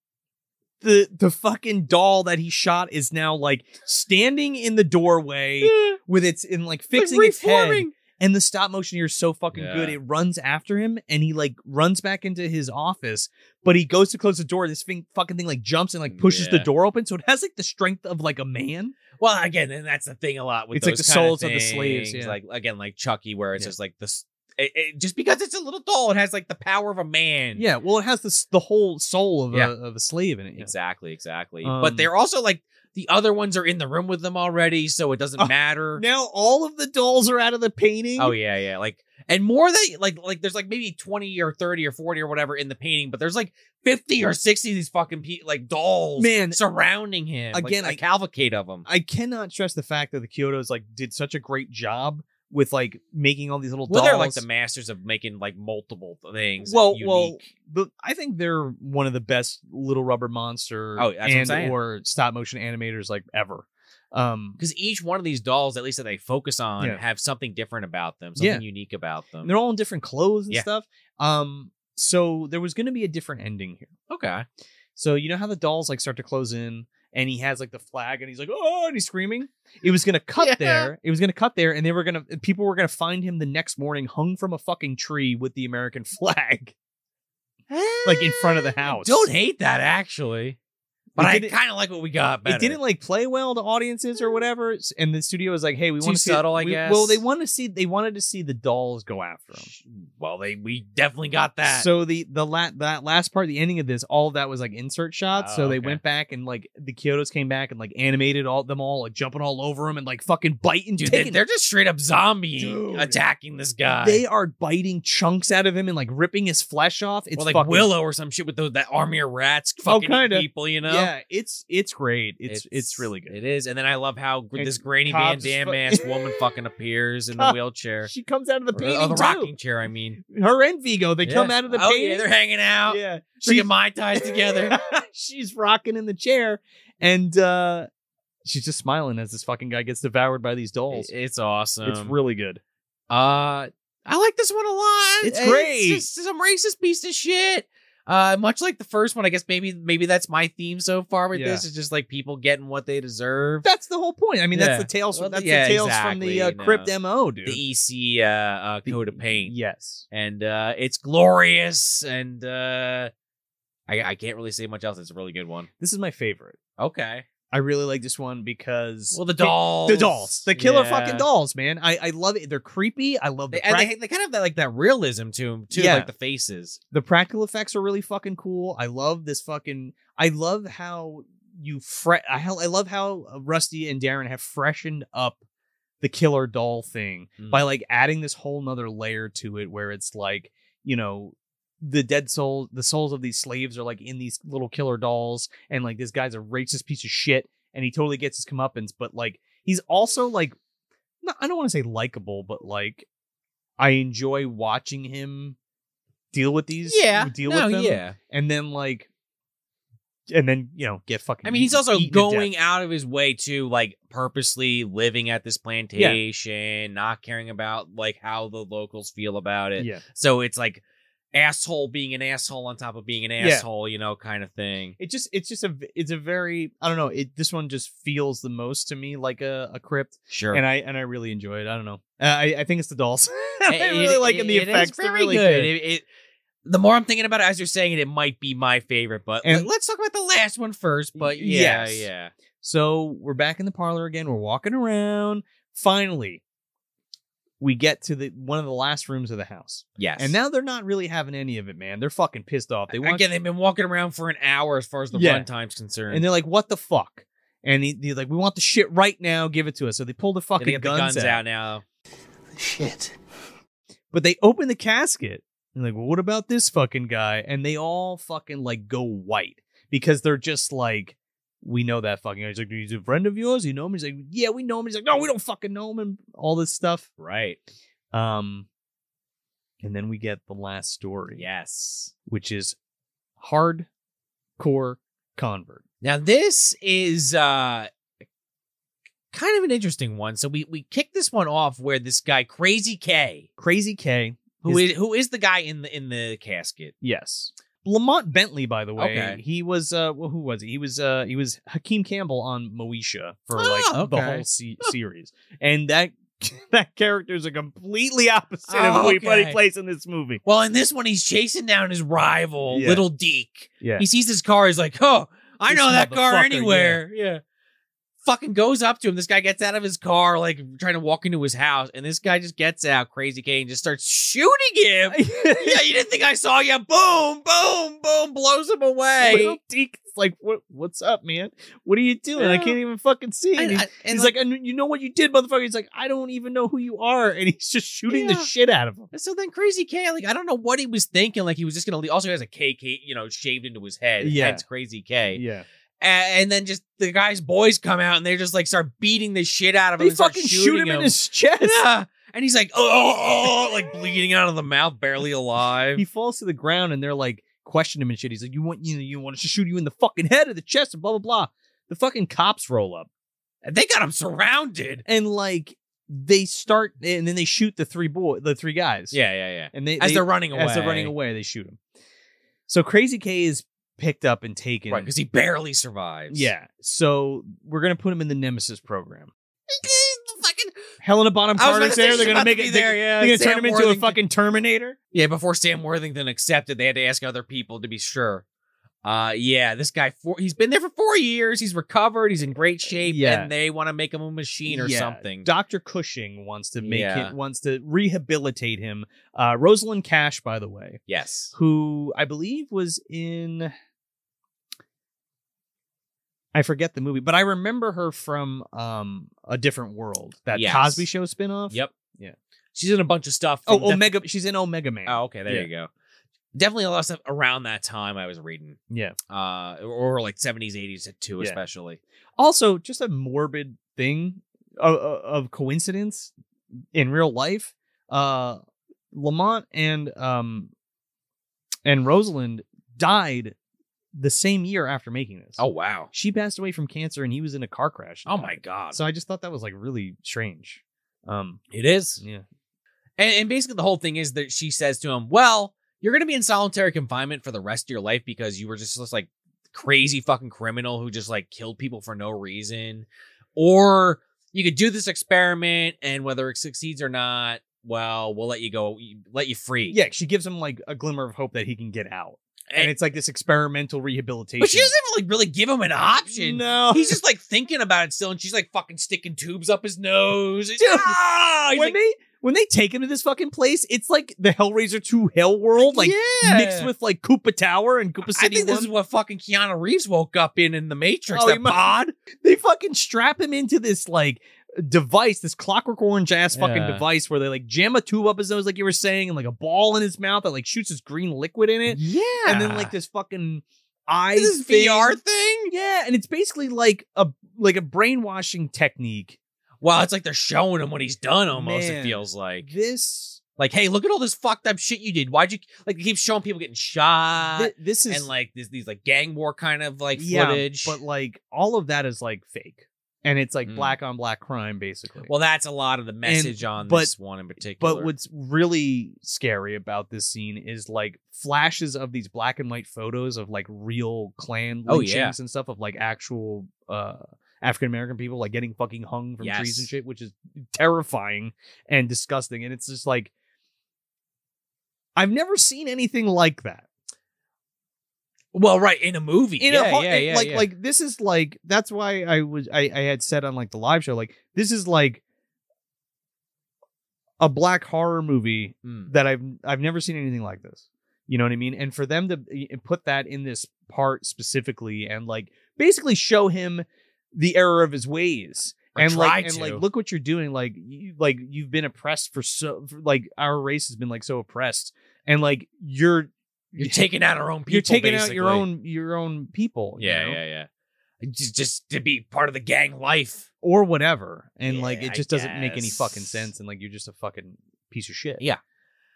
Speaker 1: the the fucking doll that he shot is now like standing in the doorway with its in like fixing its head. And the stop motion here is so fucking
Speaker 2: Yeah.
Speaker 1: good. It runs after him and he like runs back into his office, but he goes to close the door. This thing fucking thing like jumps and like pushes the
Speaker 2: Yeah.
Speaker 1: door open. So it has like the strength of like a man.
Speaker 2: Well, again, and that's the thing a lot with
Speaker 1: It's like
Speaker 2: those
Speaker 1: the
Speaker 2: kinda
Speaker 1: soles of the sleeves,
Speaker 2: things,
Speaker 1: yeah.
Speaker 2: Like again, like Chucky, where it's
Speaker 1: Yeah.
Speaker 2: just like this. It, it- just because it's a little doll, it has like the power of a man.
Speaker 1: Yeah. Well, it has this the whole soul of
Speaker 2: Yeah.
Speaker 1: a of a slave in it. yeah.
Speaker 2: exactly, exactly.
Speaker 1: Um,
Speaker 2: but they're also like the other ones are in the room with them already, so it doesn't
Speaker 1: Oh,
Speaker 2: matter.
Speaker 1: Now all of the dolls are out of the painting.
Speaker 2: Oh yeah, yeah. Like and more than like like there's like maybe 20 or 30 or 40 or whatever in the painting, but there's like 50 or 60 of these fucking pe- like dolls
Speaker 1: Man.
Speaker 2: surrounding him. like,
Speaker 1: Again,
Speaker 2: a
Speaker 1: I-
Speaker 2: cavalcade of them.
Speaker 1: I cannot stress the fact that the Kyoto's like did such a great job with like making all these little
Speaker 2: Well,
Speaker 1: dolls.
Speaker 2: they're like the masters of making like multiple things.
Speaker 1: well,
Speaker 2: unique.
Speaker 1: well, but I think they're one of the best Little Rubber Monster
Speaker 2: Oh, that's what I'm
Speaker 1: and
Speaker 2: saying.
Speaker 1: or stop motion animators like ever. Um,
Speaker 2: because each one of these dolls, at least that they focus on,
Speaker 1: Yeah.
Speaker 2: have something different about them,
Speaker 1: Yeah.
Speaker 2: something unique about them.
Speaker 1: and they're all in different clothes and
Speaker 2: Yeah.
Speaker 1: stuff. Um, so there was going to be a different ending here.
Speaker 2: okay.
Speaker 1: So you know how the dolls like start to close in, and he has like the flag, and he's like, oh, and he's screaming. It was gonna cut
Speaker 2: Yeah.
Speaker 1: there. It was gonna cut there, and they were gonna people were gonna find him the next morning, hung from a fucking tree with the American flag, like in front of the house.
Speaker 2: Don't hate that actually, but
Speaker 1: It
Speaker 2: I
Speaker 1: didn't-
Speaker 2: kind of like what we got. Better.
Speaker 1: It didn't like play well to audiences or whatever, s- and the studio was like, "Hey, we
Speaker 2: Too
Speaker 1: want to see
Speaker 2: subtle, I
Speaker 1: we-
Speaker 2: guess.
Speaker 1: Well, they want to see they wanted to see the dolls go after him.
Speaker 2: Well, they we definitely got that.
Speaker 1: So the the la- that last part, the ending of this, all that was like insert shots.
Speaker 2: Oh,
Speaker 1: so they
Speaker 2: okay.
Speaker 1: went back and like the Kyotos came back and like animated all them all like jumping all over him and like fucking biting.
Speaker 2: Dude, they,
Speaker 1: taking-
Speaker 2: they're just straight up zombie
Speaker 1: Dude.
Speaker 2: attacking this guy.
Speaker 1: they are biting chunks out of him and like ripping his flesh off. It's
Speaker 2: well, like
Speaker 1: fucking, Oh,
Speaker 2: Willow or some shit with those that army of rats fucking eat
Speaker 1: kinda.
Speaker 2: people, you know?
Speaker 1: Yeah, it's it's great. It's it's, really good.
Speaker 2: It is. And then I love how gr-
Speaker 1: And
Speaker 2: this Granny Van
Speaker 1: Cobb's
Speaker 2: Dam
Speaker 1: fu-
Speaker 2: ass woman fucking appears in the
Speaker 1: Cobb-
Speaker 2: wheelchair.
Speaker 1: She comes out of the
Speaker 2: Or the-
Speaker 1: painting
Speaker 2: oh, the
Speaker 1: too.
Speaker 2: rocking chair, I mean.
Speaker 1: Her and Vigo, they
Speaker 2: Yeah.
Speaker 1: come out of the
Speaker 2: oh,
Speaker 1: painting.
Speaker 2: Yeah, they're hanging out.
Speaker 1: yeah.
Speaker 2: Drinking Mai Tais together.
Speaker 1: she's rocking in the chair and uh she's just smiling as this fucking guy gets devoured by these dolls.
Speaker 2: It- it's um, awesome.
Speaker 1: it's really good.
Speaker 2: Uh, I like this one a lot.
Speaker 1: It's great.
Speaker 2: just some racist piece of shit. Uh, much like the first one, I guess maybe maybe that's my theme so far with
Speaker 1: Yeah.
Speaker 2: this. It's just like people getting what they deserve.
Speaker 1: That's the whole point. I mean,
Speaker 2: Yeah.
Speaker 1: that's the tales
Speaker 2: Well,
Speaker 1: from that's
Speaker 2: yeah,
Speaker 1: the tales from the
Speaker 2: exactly,
Speaker 1: uh,
Speaker 2: you know.
Speaker 1: crypt MO, dude.
Speaker 2: The EC uh, uh coat of paint.
Speaker 1: Yes.
Speaker 2: and uh, it's glorious. And uh, I I can't really say much else. It's a really good one.
Speaker 1: This is my favorite.
Speaker 2: Okay.
Speaker 1: I really like this one because
Speaker 2: Well, the dolls,
Speaker 1: the dolls, the killer
Speaker 2: Yeah.
Speaker 1: fucking dolls, man. I, I love it. They're creepy. I love the
Speaker 2: They, and
Speaker 1: prac-
Speaker 2: they, they kind of have that, like that realism to them too,
Speaker 1: Yeah.
Speaker 2: like the faces.
Speaker 1: the practical effects are really fucking cool. I love this fucking. I love how you fret. I, hel- I love how uh, Rusty and Darren have freshened up the killer doll thing
Speaker 2: Mm.
Speaker 1: by like adding this whole nother layer to it, where it's like you know the dead soul, the souls of these slaves are like in these little killer dolls, and like this guy's a racist piece of shit, and he totally gets his comeuppance, but like he's also like, not, I don't want to say likable, but like I enjoy watching him deal with these,
Speaker 2: yeah.
Speaker 1: deal
Speaker 2: no,
Speaker 1: with them,
Speaker 2: yeah.
Speaker 1: and then like, and then you know get fucking.
Speaker 2: I mean, he's
Speaker 1: eat-
Speaker 2: also
Speaker 1: eaten to
Speaker 2: going
Speaker 1: death.
Speaker 2: out of his way to like purposely living at this plantation, not caring about like how the locals feel about it.
Speaker 1: Yeah,
Speaker 2: So it's like asshole being an asshole on top of being an
Speaker 1: Yeah.
Speaker 2: asshole, you know, kind of thing.
Speaker 1: it just it's just a v- it's a very I don't know it this one just feels the most to me like a, a crypt
Speaker 2: Sure.
Speaker 1: and I and I really enjoy it I don't know Uh, I I think it's the dolls I
Speaker 2: It-
Speaker 1: really
Speaker 2: it-
Speaker 1: like in the
Speaker 2: it is
Speaker 1: effects they're
Speaker 2: very
Speaker 1: really
Speaker 2: good. It- it- the more I'm thinking about it as you're saying it, it might be my favorite. But
Speaker 1: And-
Speaker 2: let's talk about the last one first. But yeah,
Speaker 1: Yes.
Speaker 2: yeah.
Speaker 1: So we're back in the parlor again. We're walking around. Finally, we get to the one of the last rooms of the house.
Speaker 2: Yes.
Speaker 1: And now they're not really having any of it, man. They're fucking pissed off. They want
Speaker 2: again, they've been walking around for an hour as far as the
Speaker 1: Yeah.
Speaker 2: runtime's concerned.
Speaker 1: and they're like, "What the fuck?" And he, he's like, "We want the shit right now. Give it to us." So they pull the
Speaker 2: Yeah, they
Speaker 1: fucking
Speaker 2: get the
Speaker 1: guns,
Speaker 2: guns
Speaker 1: out.
Speaker 2: out now.
Speaker 3: Shit.
Speaker 1: But they open the casket. And like, "Well, what about this fucking guy?" And they all fucking like go white because they're just like. We know that fucking guy. He's like, he's a friend of yours. You know him. He's like, yeah, we know him. He's like, no, we don't fucking know him, and all this stuff.
Speaker 2: Right.
Speaker 1: Um, and then we get the last story,
Speaker 2: Yes.
Speaker 1: which is hardcore convert.
Speaker 2: Now this is uh kind of an interesting one. So we we kick this one off where this guy Crazy K,
Speaker 1: Crazy K,
Speaker 2: who
Speaker 1: Is-
Speaker 2: is who is the guy in the in the casket.
Speaker 1: yes. Lamont Bentley, by the way,
Speaker 2: Okay.
Speaker 1: he was uh, well, who was he? He was uh, he was Hakeem Campbell on Moesha for
Speaker 2: Ah,
Speaker 1: like the
Speaker 2: okay.
Speaker 1: whole se- series, and that that character's a completely opposite of
Speaker 2: Oh,
Speaker 1: who he- what he
Speaker 2: okay.
Speaker 1: plays in this movie.
Speaker 2: Well, in this one, he's chasing down his rival,
Speaker 1: Yeah.
Speaker 2: Little Deke.
Speaker 1: Yeah.
Speaker 2: He sees this car. He's like, oh, I
Speaker 1: This
Speaker 2: know that car
Speaker 1: motherfucker,
Speaker 2: anywhere. Yeah. Fucking goes up to him. This guy gets out of his car, like trying to walk into his house. And this guy just gets out, crazy Kane, just starts shooting him. yeah, you didn't think I saw you. Boom, boom, boom, blows him
Speaker 1: Little
Speaker 2: away.
Speaker 1: Deke's like, what, what's up, man? What are you doing? I
Speaker 2: Yeah.
Speaker 1: can't even fucking see. And
Speaker 2: And,
Speaker 1: he's,
Speaker 2: and,
Speaker 1: he's
Speaker 2: like,
Speaker 1: like, and you know what you did, motherfucker? He's like, I don't even know who you are. And he's just shooting the
Speaker 2: Yeah.
Speaker 1: shit out of him.
Speaker 2: so then crazy K, like, I don't know what he was thinking. Like, he was just going to leave. Also, he has a KK, you know, shaved into his head.
Speaker 1: Yeah.
Speaker 2: Hence crazy K.
Speaker 1: Yeah.
Speaker 2: A- and, then just the guy's boys come out and they just like start beating the shit out of him.
Speaker 1: They
Speaker 2: and start
Speaker 1: fucking
Speaker 2: shooting
Speaker 1: shoot him, in his chest.
Speaker 2: Yeah. And he's like, oh, oh, oh, like bleeding out of the mouth, barely alive.
Speaker 1: He falls to the ground and they're like questioning him and shit. He's like, you want you know, you want us to shoot you in the fucking head or the chest and blah blah blah. The fucking cops roll up
Speaker 2: And they got him surrounded.
Speaker 1: and like they start and then they shoot the three boy the three guys.
Speaker 2: Yeah, yeah, yeah.
Speaker 1: and they
Speaker 2: As
Speaker 1: they-
Speaker 2: they, are running away.
Speaker 1: as they're running away they shoot him. So Crazy K is picked up and taken.
Speaker 2: Right, because he barely survives.
Speaker 1: yeah. So we're gonna put him in the Nemesis program.
Speaker 2: fucking,
Speaker 1: Helena Bonham
Speaker 2: I was about
Speaker 1: Carter's
Speaker 2: to say
Speaker 1: there. They're
Speaker 2: she's
Speaker 1: gonna
Speaker 2: about
Speaker 1: make
Speaker 2: to be
Speaker 1: it.
Speaker 2: there,
Speaker 1: They're,
Speaker 2: yeah.
Speaker 1: they're gonna
Speaker 2: Sam
Speaker 1: turn him into
Speaker 2: Worthington-
Speaker 1: a fucking Terminator.
Speaker 2: Yeah, before Sam Worthington accepted, they had to ask other people to be sure. Uh, yeah, this guy, four, he's been there for four years. He's recovered. He's in great shape.
Speaker 1: Uh, Yeah.
Speaker 2: And they want to make him a machine or
Speaker 1: Yeah,
Speaker 2: something.
Speaker 1: Dr. Cushing wants to make
Speaker 2: Yeah.
Speaker 1: it wants to rehabilitate him. Uh Rosalind Cash, by the way,
Speaker 2: yes.
Speaker 1: who I believe was in I forget the movie, but I remember her from um A Different World, that
Speaker 2: Yes.
Speaker 1: Cosby Show spinoff.
Speaker 2: Yep.
Speaker 1: Yeah.
Speaker 2: She's in a bunch of stuff.
Speaker 1: Oh,
Speaker 2: from Def-
Speaker 1: Omega. She's in Omega Man.
Speaker 2: Oh, okay. There
Speaker 1: Yeah.
Speaker 2: you go. Definitely a lot of stuff around that time I was reading,
Speaker 1: Yeah.
Speaker 2: uh, or like 70s, 80s too,
Speaker 1: Yeah.
Speaker 2: especially.
Speaker 1: Also, just a morbid thing of, of coincidence in real life. Uh, Lamont and um and Rosalind died the same year after making this.
Speaker 2: Oh, wow.
Speaker 1: she passed away from cancer, and he was in a car crash. and
Speaker 2: Oh,
Speaker 1: died.
Speaker 2: my God.
Speaker 1: So I just thought that was like really strange. Um,
Speaker 2: it is.
Speaker 1: yeah,
Speaker 2: And, and basically, the whole thing is that she says to him, Well, you're going to be in solitary confinement for the rest of your life because you were just this like crazy fucking criminal who just like killed people for no reason. Or you could do this experiment, and whether it succeeds or not, well, we'll let you go, let you free.
Speaker 1: yeah. She gives him like a glimmer of hope that he can get out, and
Speaker 2: And-
Speaker 1: it's like this experimental rehabilitation.
Speaker 2: Eh But she doesn't even like really give him an option.
Speaker 1: No,
Speaker 2: He's just like thinking about it still, and she's like fucking sticking tubes up his nose. It's-
Speaker 1: Dude,
Speaker 2: ah! He's
Speaker 1: when
Speaker 2: like,
Speaker 1: they when they take him to this fucking place, it's like the Hellraiser Two Hell World, like
Speaker 2: yeah.
Speaker 1: mixed with like Koopa Tower and Koopa
Speaker 2: I
Speaker 1: City
Speaker 2: think this
Speaker 1: One.
Speaker 2: is what fucking Keanu Reeves woke up in in the Matrix.
Speaker 1: Oh, he
Speaker 2: that
Speaker 1: mu-
Speaker 2: pod.
Speaker 1: they fucking strap him into this like device, this clockwork orange ass fucking
Speaker 2: Yeah.
Speaker 1: device where they like jam a tube up his nose, like you were saying, and like a ball in his mouth that like shoots this green liquid in it,
Speaker 2: Yeah,
Speaker 1: and then like this fucking eye
Speaker 2: this
Speaker 1: thing.
Speaker 2: VR thing.
Speaker 1: Yeah, and it's basically like a like a brainwashing technique.
Speaker 2: Wow, it's like they're showing him what he's done. Almost
Speaker 1: Man.
Speaker 2: it feels like.
Speaker 1: This
Speaker 2: Like, hey, look at all this fucked up shit you did. Why'd you like they keep showing people getting shot
Speaker 1: thi- this is
Speaker 2: and like these these like gang war kind of like
Speaker 1: Yeah,
Speaker 2: footage?
Speaker 1: but like all of that is like fake and it's like
Speaker 2: Mm.
Speaker 1: black on black crime basically
Speaker 2: well, that's a lot of the message on
Speaker 1: but-
Speaker 2: this one in particular.
Speaker 1: but what's really scary about this scene is like flashes of these black and white photos of like real clan
Speaker 2: Oh,
Speaker 1: lynchings
Speaker 2: yeah.
Speaker 1: and stuff of like actual uh African American people like getting fucking hung from trees
Speaker 2: Yes.
Speaker 1: and shit, which is terrifying and disgusting. And it's just like I've never seen anything like that.
Speaker 2: Well, right in a movie.
Speaker 1: in
Speaker 2: yeah,
Speaker 1: a ho-
Speaker 2: yeah,
Speaker 1: it-
Speaker 2: yeah,
Speaker 1: like
Speaker 2: yeah.
Speaker 1: like this is like that's why I was I, I had said on like the live show like this is like a black horror movie
Speaker 2: Mm.
Speaker 1: that I've I've never seen anything like this. You know what I mean? And for them to eh, put that in this part specifically and like basically show him the error of his ways.
Speaker 2: Or
Speaker 1: and
Speaker 2: try
Speaker 1: like and like
Speaker 2: to.
Speaker 1: look what you're doing like you, like you've been oppressed for so for, like our race has been like so oppressed and like you're
Speaker 2: You're taking out our own people.
Speaker 1: you're taking out your
Speaker 2: basically.
Speaker 1: own your own people you
Speaker 2: Yeah,
Speaker 1: know?
Speaker 2: yeah, yeah. Just, just to be part of the gang life.
Speaker 1: or whatever and
Speaker 2: Yeah,
Speaker 1: like
Speaker 2: I
Speaker 1: it just doesn't make any
Speaker 2: guess.
Speaker 1: fucking sense and like you're just a fucking piece of shit
Speaker 2: Yeah,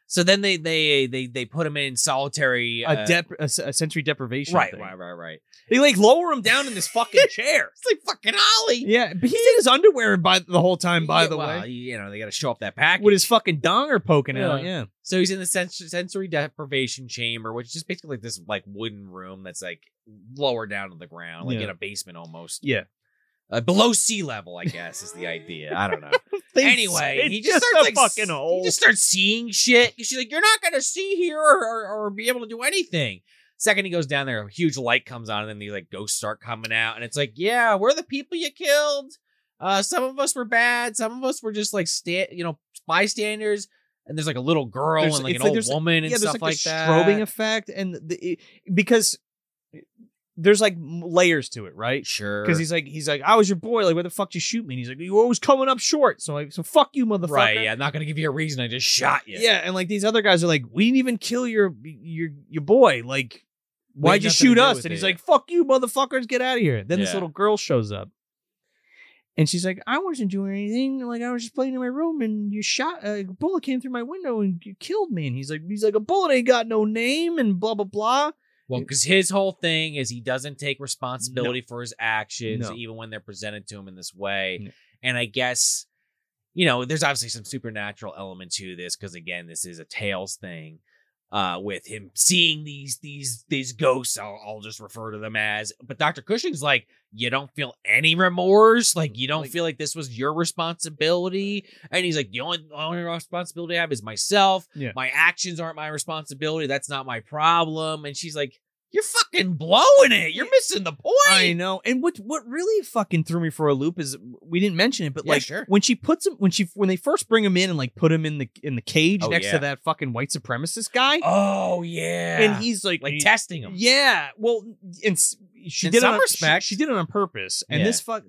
Speaker 2: So then they they they they put him in solitary.
Speaker 1: a,
Speaker 2: uh,
Speaker 1: dep- a, s- a sensory deprivation
Speaker 2: Right,
Speaker 1: thing.
Speaker 2: right, right, right.
Speaker 1: they like lower him down in this fucking chair
Speaker 2: It's like fucking Ollie.
Speaker 1: yeah but he's in his underwear by the whole time by
Speaker 2: Yeah,
Speaker 1: the
Speaker 2: well,
Speaker 1: way
Speaker 2: you know they got to show up that package.
Speaker 1: with his fucking donger poking out
Speaker 2: Yeah.
Speaker 1: yeah
Speaker 2: so he's in the sens- sensory deprivation chamber, which is just basically like this like wooden room that's like lower down to the ground, like
Speaker 1: Yeah.
Speaker 2: in a basement almost.
Speaker 1: Yeah.
Speaker 2: uh, below sea level, I guess, is the idea. I don't know.
Speaker 1: They-
Speaker 2: anyway,
Speaker 1: it's
Speaker 2: he just,
Speaker 1: a
Speaker 2: starts like,
Speaker 1: fucking
Speaker 2: s-
Speaker 1: hole.
Speaker 2: He just starts seeing shit. She's like, "You're not gonna see here or, or, or be able to do anything." Second, he goes down there. A huge light comes on, and then these like ghosts start coming out, and it's like, "Yeah, we're the people you killed. Uh, some of us were bad. Some of us were just like sta- you know, bystanders." And there's like a little girl
Speaker 1: There's-
Speaker 2: and like
Speaker 1: it's
Speaker 2: an
Speaker 1: like
Speaker 2: old
Speaker 1: there's-
Speaker 2: woman and
Speaker 1: yeah,
Speaker 2: stuff
Speaker 1: there's like, a
Speaker 2: that.
Speaker 1: strobing effect, and the, it- because there's like layers to it, right?
Speaker 2: sure,
Speaker 1: Because he's like, he's like, I was your boy. Like, where the fuck you shoot me? And he's like, you were always coming up short. So like, so fuck you, motherfucker.
Speaker 2: right. Yeah, I'm not gonna give you a reason. I just shot you.
Speaker 1: Yeah. and like these other guys are like, we didn't even kill your your your boy. Like,
Speaker 2: We
Speaker 1: why'd
Speaker 2: had
Speaker 1: you
Speaker 2: nothing to
Speaker 1: shoot
Speaker 2: do
Speaker 1: us?
Speaker 2: with
Speaker 1: And he's
Speaker 2: it.
Speaker 1: like, fuck you, motherfuckers, get out of here. Then this
Speaker 2: Yeah.
Speaker 1: little girl shows up, and she's like, I wasn't doing anything. Like, I was just playing in my room, and you shot uh, a bullet came through my window and you killed me. And he's like, he's like, a bullet ain't got no name, and blah blah blah.
Speaker 2: Well, because his whole thing is he doesn't take responsibility for his actions,
Speaker 1: No.
Speaker 2: even when they're presented to him in this way.
Speaker 1: No.
Speaker 2: And I guess, you know, there's obviously some supernatural element to this because again, this is a tales thing. Uh, with him seeing these these these ghosts, I'll, I'll just refer to them as. But Doctor Cushing's like, you don't feel any remorse, like you don't
Speaker 1: Like-
Speaker 2: feel like this was your responsibility. And he's like, the only, only responsibility I have is myself.
Speaker 1: Yeah.
Speaker 2: My actions aren't my responsibility. That's not my problem. And she's like, You're fucking blowing it. You're missing the point.
Speaker 1: I know. And what what really fucking threw me for a loop is we didn't mention it, but
Speaker 2: Yeah,
Speaker 1: like
Speaker 2: sure.
Speaker 1: when she puts him when she when they first bring him in and like put him in the in the cage
Speaker 2: Oh,
Speaker 1: next
Speaker 2: yeah.
Speaker 1: to that fucking white supremacist guy,
Speaker 2: Oh, yeah.
Speaker 1: and he's like,
Speaker 2: like testing him.
Speaker 1: yeah, well, and s- she
Speaker 2: In
Speaker 1: did
Speaker 2: some
Speaker 1: it on,
Speaker 2: respect.
Speaker 1: She, she did it on purpose, and
Speaker 2: Yeah.
Speaker 1: this fuck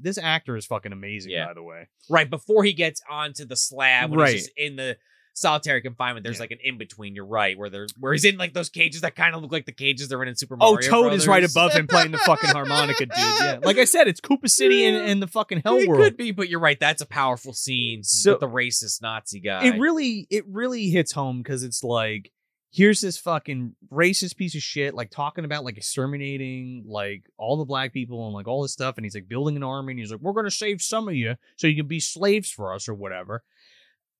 Speaker 1: this actor is fucking amazing,
Speaker 2: Yeah.
Speaker 1: by the way.
Speaker 2: Right before he gets onto the slab, when
Speaker 1: Right.
Speaker 2: he's just in the solitary confinement, there's
Speaker 1: Yeah.
Speaker 2: like an in between. You're right, where there's where he's in like those cages that kind of look like the cages they're in in Super
Speaker 1: Oh,
Speaker 2: Mario.
Speaker 1: Toad is right
Speaker 2: Brothers.
Speaker 1: above him playing the fucking harmonica, dude. Yeah, like I said, it's Koopa City and,
Speaker 2: Yeah.
Speaker 1: and the fucking Hell
Speaker 2: it
Speaker 1: World.
Speaker 2: could be, but you're right. That's a powerful scene
Speaker 1: So-
Speaker 2: with the racist Nazi guy.
Speaker 1: it really it really hits home because it's like here's this fucking racist piece of shit like talking about like exterminating like all the black people and like all this stuff and he's like building an army and he's like we're gonna save some of you so you can be slaves for us or whatever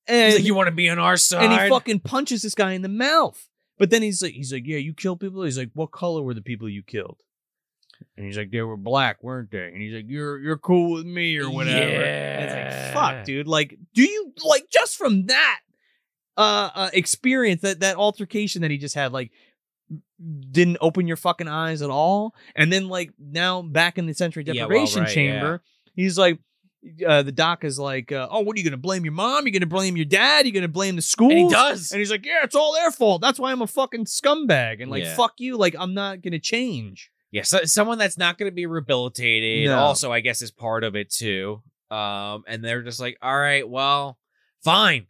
Speaker 1: and
Speaker 2: He's like, you want to be on our side?
Speaker 1: and he fucking punches this guy in the mouth but then he's like he's like yeah you kill people he's like what color were the people you killed and he's like they were black weren't they and he's like you're you're cool with me or whatever and it's like, fuck, dude. Like, do you like just from that uh, uh experience that that altercation that he just had, like, didn't open your fucking eyes at all? And then like now back in the sensory
Speaker 2: Yeah, well,
Speaker 1: deprivation
Speaker 2: right,
Speaker 1: chamber, he's like. Uh, the doc is like, uh, oh, what are you gonna blame your mom? You're gonna blame your dad? You're gonna blame the school?
Speaker 2: And he does.
Speaker 1: And he's like, yeah, it's all their fault. That's why I'm a fucking scumbag. And like,
Speaker 2: Yeah.
Speaker 1: fuck you. Like, I'm not gonna change.
Speaker 2: Yeah, so, someone that's not going to be rehabilitated.
Speaker 1: No.
Speaker 2: Also, I guess is part of it too. Um, and they're just like, all right, well, fine.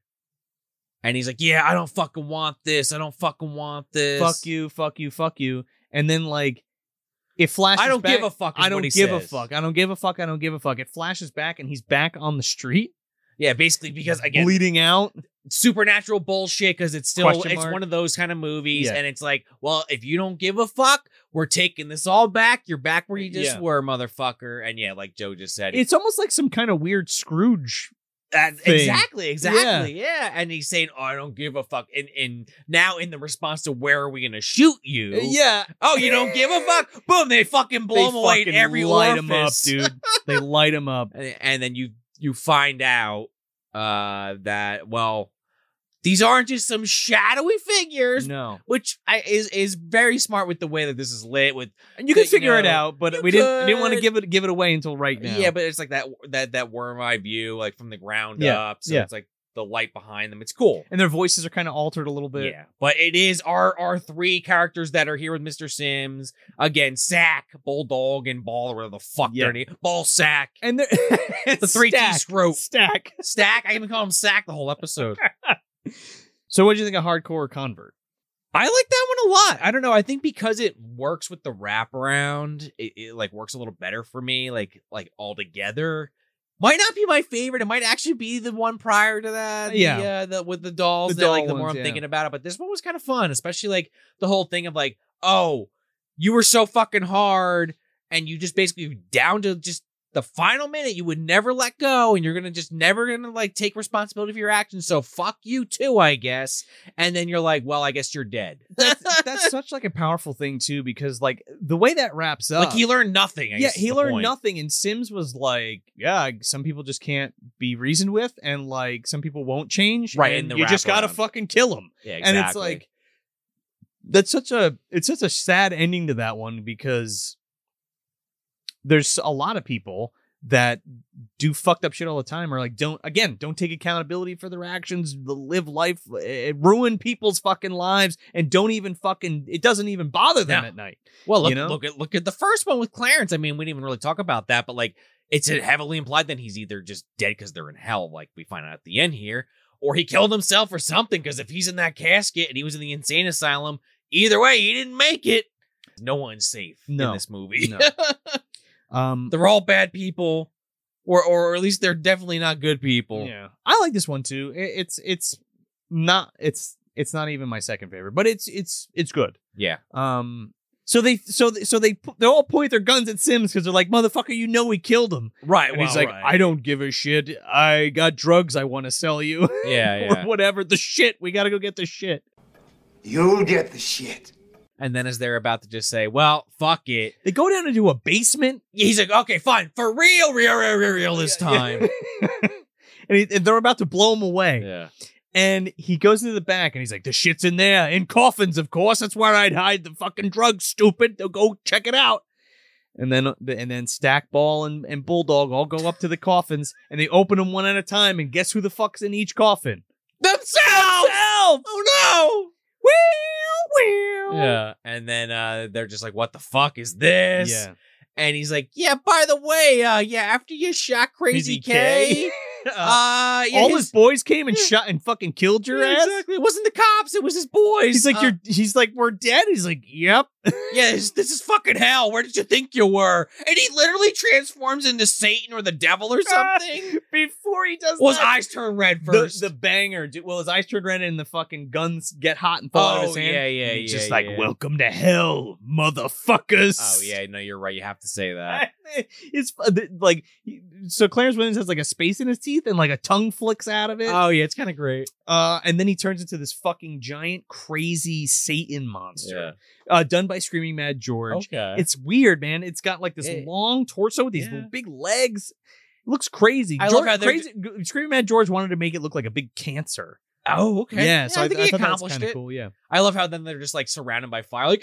Speaker 2: And he's like, yeah, I don't fucking want this. I don't fucking want this.
Speaker 1: Fuck you. Fuck you. Fuck you. And then like, it flashes.
Speaker 2: I don't
Speaker 1: back-
Speaker 2: give a fuck. is
Speaker 1: I don't
Speaker 2: what he
Speaker 1: give a
Speaker 2: says.
Speaker 1: fuck. I don't give a fuck. I don't give a fuck. It flashes back and he's back on the street
Speaker 2: Yeah, basically because again,
Speaker 1: bleeding out.
Speaker 2: supernatural bullshit because it's still
Speaker 1: Question
Speaker 2: it's
Speaker 1: mark.
Speaker 2: one of those kind of movies
Speaker 1: Yeah.
Speaker 2: and it's like well if you don't give a fuck we're taking this all back you're back where you just
Speaker 1: Yeah.
Speaker 2: were motherfucker and yeah like joe just said
Speaker 1: It's almost like some kind of weird Scrooge.
Speaker 2: That,
Speaker 1: thing.
Speaker 2: exactly, exactly, yeah. And he's saying, "Oh, I don't give a fuck." And and now in the response to where are we gonna shoot you?
Speaker 1: Uh, Yeah,
Speaker 2: Oh, you don't give a fuck. Boom! They fucking blow him away. in
Speaker 1: fucking
Speaker 2: Every
Speaker 1: light
Speaker 2: orifice.
Speaker 1: him up, dude. they light him up.
Speaker 2: And, and then you you find out uh that well, these aren't just some shadowy figures.
Speaker 1: No,
Speaker 2: Which I, is is very smart with the way that this is lit. With
Speaker 1: and you can
Speaker 2: But, you
Speaker 1: figure it
Speaker 2: know,
Speaker 1: out, but
Speaker 2: you
Speaker 1: we didn't didn't want to
Speaker 2: could-
Speaker 1: give it give it away until right now.
Speaker 2: yeah, but it's like that that that worm eye view, like from the ground
Speaker 1: Yeah,
Speaker 2: up. So
Speaker 1: yeah.
Speaker 2: it's like the light behind them. It's cool.
Speaker 1: and their voices are kind of altered a little bit.
Speaker 2: yeah, but it is our our three characters that are here with Mr. Sims again: Sack, Bulldog, and Ball, or whatever the fuck
Speaker 1: Yeah.
Speaker 2: their name. Ball Sack,
Speaker 1: And they're
Speaker 2: the three
Speaker 1: stack,
Speaker 2: T scrope
Speaker 1: stack.
Speaker 2: Stack. I even call him Sack the whole episode.
Speaker 1: So, what do you think of hardcore convert?
Speaker 2: I like that one a lot. I don't know. I think because it works with the wraparound, it, it like works a little better for me. Like like all together, might not be my favorite. It might actually be the one prior to that.
Speaker 1: Yeah.
Speaker 2: the, uh, the, with the dolls.
Speaker 1: The
Speaker 2: that,
Speaker 1: doll
Speaker 2: like the more
Speaker 1: ones,
Speaker 2: I'm
Speaker 1: yeah.
Speaker 2: thinking about it, but this one was kind of fun, especially like the whole thing of like, oh, you were so fucking hard, and you just basically down to just the final minute you would never let go and you're gonna just never gonna like take responsibility for your actions so fuck you too i guess and then you're like well i guess you're dead
Speaker 1: That's, that's such like a powerful thing too, because like the way that wraps up,
Speaker 2: like he learned nothing I
Speaker 1: yeah,
Speaker 2: guess is
Speaker 1: he
Speaker 2: the
Speaker 1: learned
Speaker 2: point.
Speaker 1: nothing, and Sims was like, yeah, some people just can't be reasoned with, and like some people won't change,
Speaker 2: Right,
Speaker 1: And
Speaker 2: in the
Speaker 1: you just gotta
Speaker 2: wraparound.
Speaker 1: fucking kill them,
Speaker 2: yeah,
Speaker 1: and it's
Speaker 2: exactly.
Speaker 1: like that's such a it's such a sad ending to that one because there's a lot of people that do fucked up shit all the time or like don't again don't take accountability for their actions the- live life eh, ruin people's fucking lives and don't even fucking it doesn't even bother them
Speaker 2: No.
Speaker 1: at night
Speaker 2: Well, look,
Speaker 1: you know?
Speaker 2: look at look at the first one with Clarence. I mean, we didn't even really talk about that, but like it's heavily implied that he's either just dead because they're in hell, like we find out at the end here, or he killed himself or something. Because if he's in that casket and he was in the insane asylum, either way, he didn't make it. No one's safe
Speaker 1: No.
Speaker 2: in this movie.
Speaker 1: No. um
Speaker 2: they're all bad people, or or at least they're definitely not good people.
Speaker 1: Yeah, I like this one too. I- it's it's not it's it's not even my second favorite, but it's it's it's good.
Speaker 2: Yeah.
Speaker 1: Um. So they so they, so they pu- they all point their guns at Sims because they're like, motherfucker, you know we killed him.
Speaker 2: Right.
Speaker 1: And
Speaker 2: well,
Speaker 1: he's like,
Speaker 2: right.
Speaker 1: I don't give a shit. I got drugs I want to sell you.
Speaker 2: Yeah,
Speaker 1: or
Speaker 2: yeah.
Speaker 1: whatever. The shit. We gotta go get the shit.
Speaker 3: You'll get the shit.
Speaker 2: and then as they're about to just say, "Well, fuck it,"
Speaker 1: They go down into a basement
Speaker 2: he's like, "Okay, fine, for real, real, real, real, real this time."
Speaker 1: and, he, and they're about to blow him away.
Speaker 2: yeah.
Speaker 1: And he goes into the back and he's like, the shit's in there, in coffins, of course. That's where I'd hide the fucking drugs, stupid. They'll go check it out. And then uh, and then Stackball and, and Bulldog all go up to the coffins and they open them one at a time. And guess who the fuck's in each coffin?
Speaker 2: themselves. Oh
Speaker 1: Well,
Speaker 2: no.
Speaker 1: well.
Speaker 2: Yeah, and then uh, they're just like, "What the fuck is this?"
Speaker 1: Yeah.
Speaker 2: and he's like, "Yeah, by the way, uh, yeah, after you shot Crazy
Speaker 1: BZK.
Speaker 2: K,
Speaker 1: Uh,
Speaker 2: uh, yeah,
Speaker 1: all
Speaker 2: his-
Speaker 1: his boys came and
Speaker 2: Yeah.
Speaker 1: shot and fucking killed your
Speaker 2: yeah,
Speaker 1: ass.
Speaker 2: exactly. It wasn't the cops; it was his boys."
Speaker 1: He's like,
Speaker 2: Uh,
Speaker 1: you're. He's like, we're dead. He's like, yep.
Speaker 2: yeah, this, this is fucking hell. Where did you think you were?" And he literally transforms into Satan or the devil or something.
Speaker 1: Before he does
Speaker 2: well, his
Speaker 1: that-
Speaker 2: eyes turn red
Speaker 1: the,
Speaker 2: first.
Speaker 1: the banger. Dude, well, his eyes turn red and the fucking guns get hot and fall out of his
Speaker 2: Oh,
Speaker 1: hand.
Speaker 2: yeah, yeah,
Speaker 1: And he's
Speaker 2: yeah,
Speaker 1: Just like,
Speaker 2: yeah.
Speaker 1: welcome to hell, motherfuckers.
Speaker 2: oh yeah, no, you're right. You have to say that.
Speaker 1: it's uh, th- like so. Clarence Williams has like a space in his teeth and like a tongue flicks out of it.
Speaker 2: oh yeah, it's kind of great.
Speaker 1: Uh, and then he turns into this fucking giant, crazy Satan monster. Uh, done by Screaming Mad George.
Speaker 2: Okay.
Speaker 1: It's weird, man. It's got like this
Speaker 2: It-
Speaker 1: long torso with these
Speaker 2: Yeah.
Speaker 1: big legs. It looks crazy.
Speaker 2: I love
Speaker 1: George,
Speaker 2: how they're-
Speaker 1: crazy. G- Screaming Mad George wanted to make it look like a big cancer.
Speaker 2: oh okay.
Speaker 1: Yeah, so I,
Speaker 2: think
Speaker 1: I
Speaker 2: he
Speaker 1: thought that was
Speaker 2: accomplished
Speaker 1: kind of
Speaker 2: it.
Speaker 1: cool. Yeah,
Speaker 2: I love how then they're just like surrounded by fire, like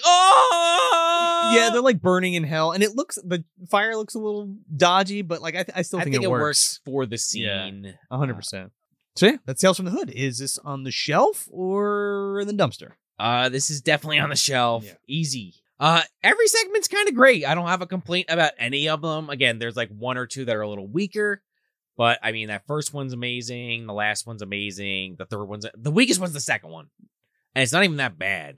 Speaker 2: oh
Speaker 1: yeah, they're like burning in hell, and it looks the fire looks a little dodgy, but like I, th- I still
Speaker 2: I
Speaker 1: think,
Speaker 2: think, it works. for the
Speaker 1: Yeah.
Speaker 2: scene.
Speaker 1: A hundred percent. So yeah, that's Tales from the Hood. Is this on the shelf or in the dumpster?
Speaker 2: Uh, this is definitely on the shelf.
Speaker 1: Yeah.
Speaker 2: Easy. Uh, every segment's kind of great. I don't have a complaint about any of them. Again, there's like one or two that are a little weaker, but I mean that first one's amazing. The last one's amazing. The third one's the weakest one's the second one, and it's not even that bad.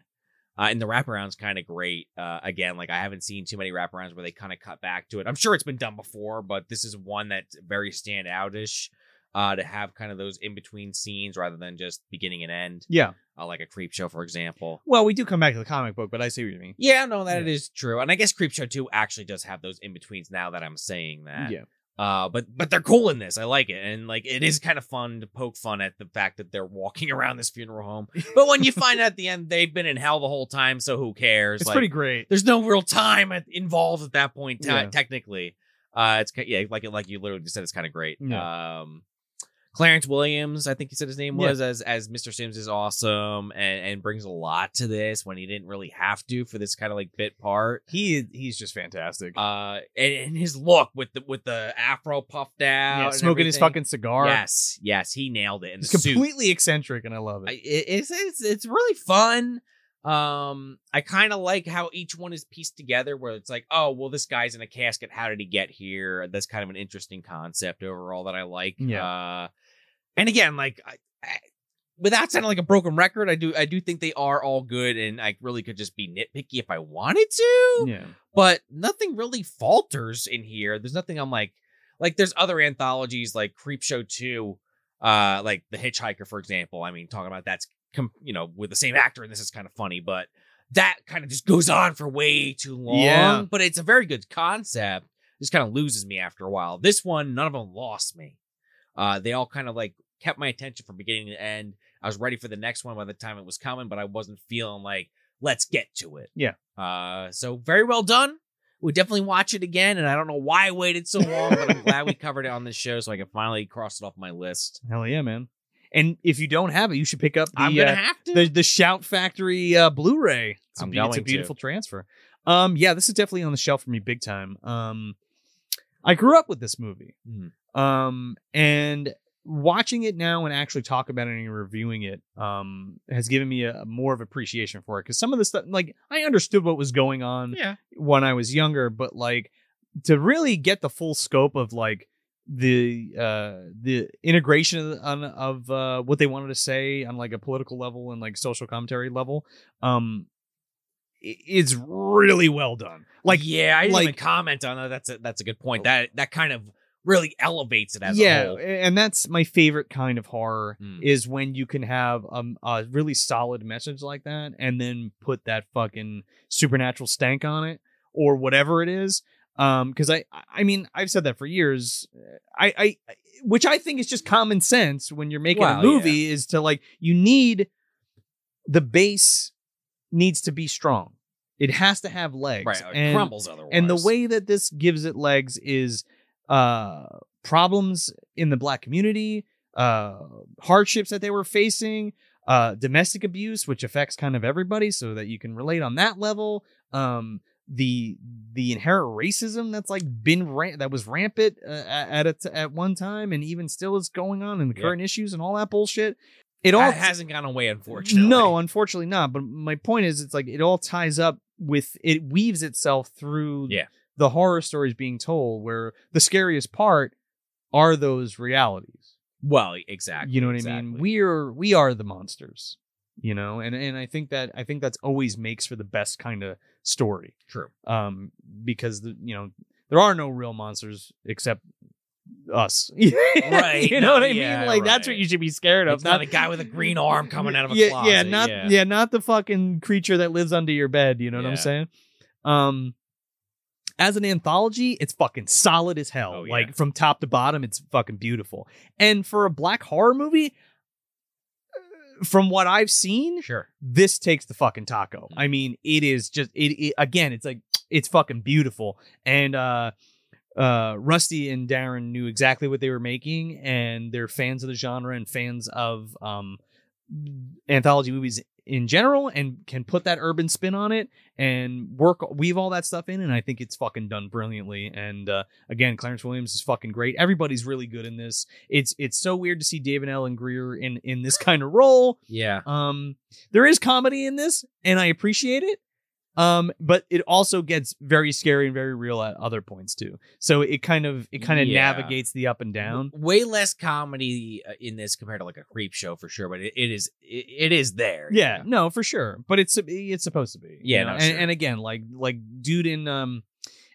Speaker 2: Uh, and the wraparound's kind of great. Uh, again, like I haven't seen too many wraparounds where they kind of cut back to it. I'm sure it's been done before, but this is one that's very standoutish. Uh, to have kind of those in between scenes rather than just beginning and end
Speaker 1: Yeah.
Speaker 2: uh, like a creep show, for example.
Speaker 1: Well, we do come back to the comic book, but I see what you mean.
Speaker 2: Yeah, no, that
Speaker 1: Yeah.
Speaker 2: it is true, and I guess Creep Show Two actually does have those in betweens. Now that I'm saying that,
Speaker 1: Yeah.
Speaker 2: Uh, but but they're cool in this. I like it, and like it is kind of fun to poke fun at the fact that they're walking around this funeral home. But when you find out at the end they've been in hell the whole time, so who cares?
Speaker 1: It's
Speaker 2: Like,
Speaker 1: pretty great.
Speaker 2: There's no real time at, involved at that point, te-
Speaker 1: Yeah.
Speaker 2: technically. Uh, it's ki- yeah, like like you literally just said, it's kind of great. Um, Clarence Williams, I think you said his name
Speaker 1: Yeah.
Speaker 2: was as as Mr. Sims is awesome and and brings a lot to this when he didn't really have to for this kind of like bit part.
Speaker 1: He he's just fantastic.
Speaker 2: Uh, and, and his look with the with the afro puffed out,
Speaker 1: Yeah,
Speaker 2: and
Speaker 1: smoking his
Speaker 2: everything.
Speaker 1: fucking cigar.
Speaker 2: Yes, yes, he nailed it. in
Speaker 1: He's
Speaker 2: the suit.
Speaker 1: completely eccentric, and I love it.
Speaker 2: I- it, it's, it's it's really fun. Um, I kind of like how each one is pieced together, where it's like, oh, well, this guy's in a casket. How did he get here? That's kind of an interesting concept overall that I like.
Speaker 1: Yeah.
Speaker 2: Uh, and again, like, I, I, without sounding like a broken record, I do I do think they are all good, and I really could just be nitpicky if I wanted to
Speaker 1: yeah.
Speaker 2: but nothing really falters in here. There's nothing I'm like like there's other anthologies like Creepshow 2 uh like The Hitchhiker for example. I mean talking about that's com- you know with the same actor and this is kind of funny, but that kind of just goes on for way too long,
Speaker 1: Yeah.
Speaker 2: but it's a very good concept. just kind of loses me after a while. This one, none of them lost me. Uh, they all kind of like kept my attention from beginning to end. I was ready for the next one by the time it was coming, but I wasn't feeling like let's get to it.
Speaker 1: Yeah.
Speaker 2: Uh, so very well done. We'll definitely watch it again, and I don't know why I waited so long, but I'm glad we covered it on this show, so I can finally cross it off my list.
Speaker 1: Hell yeah, man. And if you don't have it, you should pick up
Speaker 2: I'm
Speaker 1: the
Speaker 2: gonna
Speaker 1: uh,
Speaker 2: have to.
Speaker 1: the, the Shout Factory uh, Blu-ray. It's a
Speaker 2: I'm
Speaker 1: be- it's a
Speaker 2: going to.
Speaker 1: beautiful transfer. Um, yeah, this is definitely on the shelf for me, big time. Um, I grew up with this movie,
Speaker 2: Mhm.
Speaker 1: um, and watching it now and actually talk about it and reviewing it um, has given me a, a more of appreciation for it because some of the stuff, like I understood what was going on
Speaker 2: yeah.
Speaker 1: when I was younger, but like to really get the full scope of like the uh the integration of, on, of uh what they wanted to say on like a political level and like social commentary level um i- it's really well done like
Speaker 2: yeah, I didn't
Speaker 1: like- Oh.
Speaker 2: even comment on that. That's a that's a good point. That that kind of really elevates it as
Speaker 1: yeah
Speaker 2: a whole.
Speaker 1: and that's my favorite kind of horror
Speaker 2: Mm.
Speaker 1: is when you can have um, a really solid message like that and then put that fucking supernatural stank on it or whatever it is um because i i mean i've said that for years uh, i i which i think is just common sense when you're making
Speaker 2: Well,
Speaker 1: a movie is to like you need the base needs to be strong it has to have legs
Speaker 2: Right, it
Speaker 1: and,
Speaker 2: crumbles otherwise.
Speaker 1: and the way that this gives it legs is uh, problems in the black community, uh, hardships that they were facing, uh, domestic abuse, which affects kind of everybody, so that you can relate on that level. Um, the the inherent racism that's like been ran- that was rampant uh, at a t- at one time and even still is going on in the
Speaker 2: Yeah.
Speaker 1: current issues and all that bullshit. It
Speaker 2: it
Speaker 1: all
Speaker 2: all hasn't gone away, unfortunately.
Speaker 1: no, unfortunately not. But my point is, it's like it all ties up with it weaves itself through
Speaker 2: Yeah.
Speaker 1: the horror stories being told, where the scariest part are those realities.
Speaker 2: Well, e, exactly.
Speaker 1: you know what I mean?
Speaker 2: exactly.
Speaker 1: We are we are the monsters. You know, and and I think that I think that's always makes for the best kind of story.
Speaker 2: True.
Speaker 1: Um, because the, you know there are no real monsters except us. right. You know
Speaker 2: no,
Speaker 1: what I
Speaker 2: yeah,
Speaker 1: mean? Like that's what
Speaker 2: right.
Speaker 1: you should be scared of.
Speaker 2: It's not a guy with a green arm coming out of a
Speaker 1: yeah,
Speaker 2: closet.
Speaker 1: Yeah, not yeah. not the fucking creature that lives under your bed. You know what I'm
Speaker 2: Yeah.
Speaker 1: saying? Um, as an anthology, it's fucking solid as hell.
Speaker 2: Oh, yeah.
Speaker 1: Like from top to bottom, it's fucking beautiful. And for a black horror movie, uh, from what I've seen,
Speaker 2: Sure.
Speaker 1: this takes the fucking taco. I mean, it is just it, it again. It's like it's fucking beautiful. And uh, uh, Rusty and Darren knew exactly what they were making, and they're fans of the genre and fans of um, anthology movies in general, and can put that urban spin on it and work weave all that stuff in. And I think it's fucking done brilliantly. And uh, again, Clarence Williams is fucking great. Everybody's really good in this. It's it's so weird to see David Allen Greer in in this kind of role.
Speaker 2: Yeah.
Speaker 1: Um, there is comedy in this, and I appreciate it. Um, but it also gets very scary and very real at other points too. So it kind of it kind of
Speaker 2: Yeah.
Speaker 1: navigates the up and down.
Speaker 2: W- Way less comedy uh, in this compared to like a creep show for sure, but it, it is it, it is there.
Speaker 1: Yeah, no, for sure. But it's it's supposed to be. you
Speaker 2: Yeah,
Speaker 1: know?
Speaker 2: no,
Speaker 1: and,
Speaker 2: sure.
Speaker 1: and again, like like dude in um,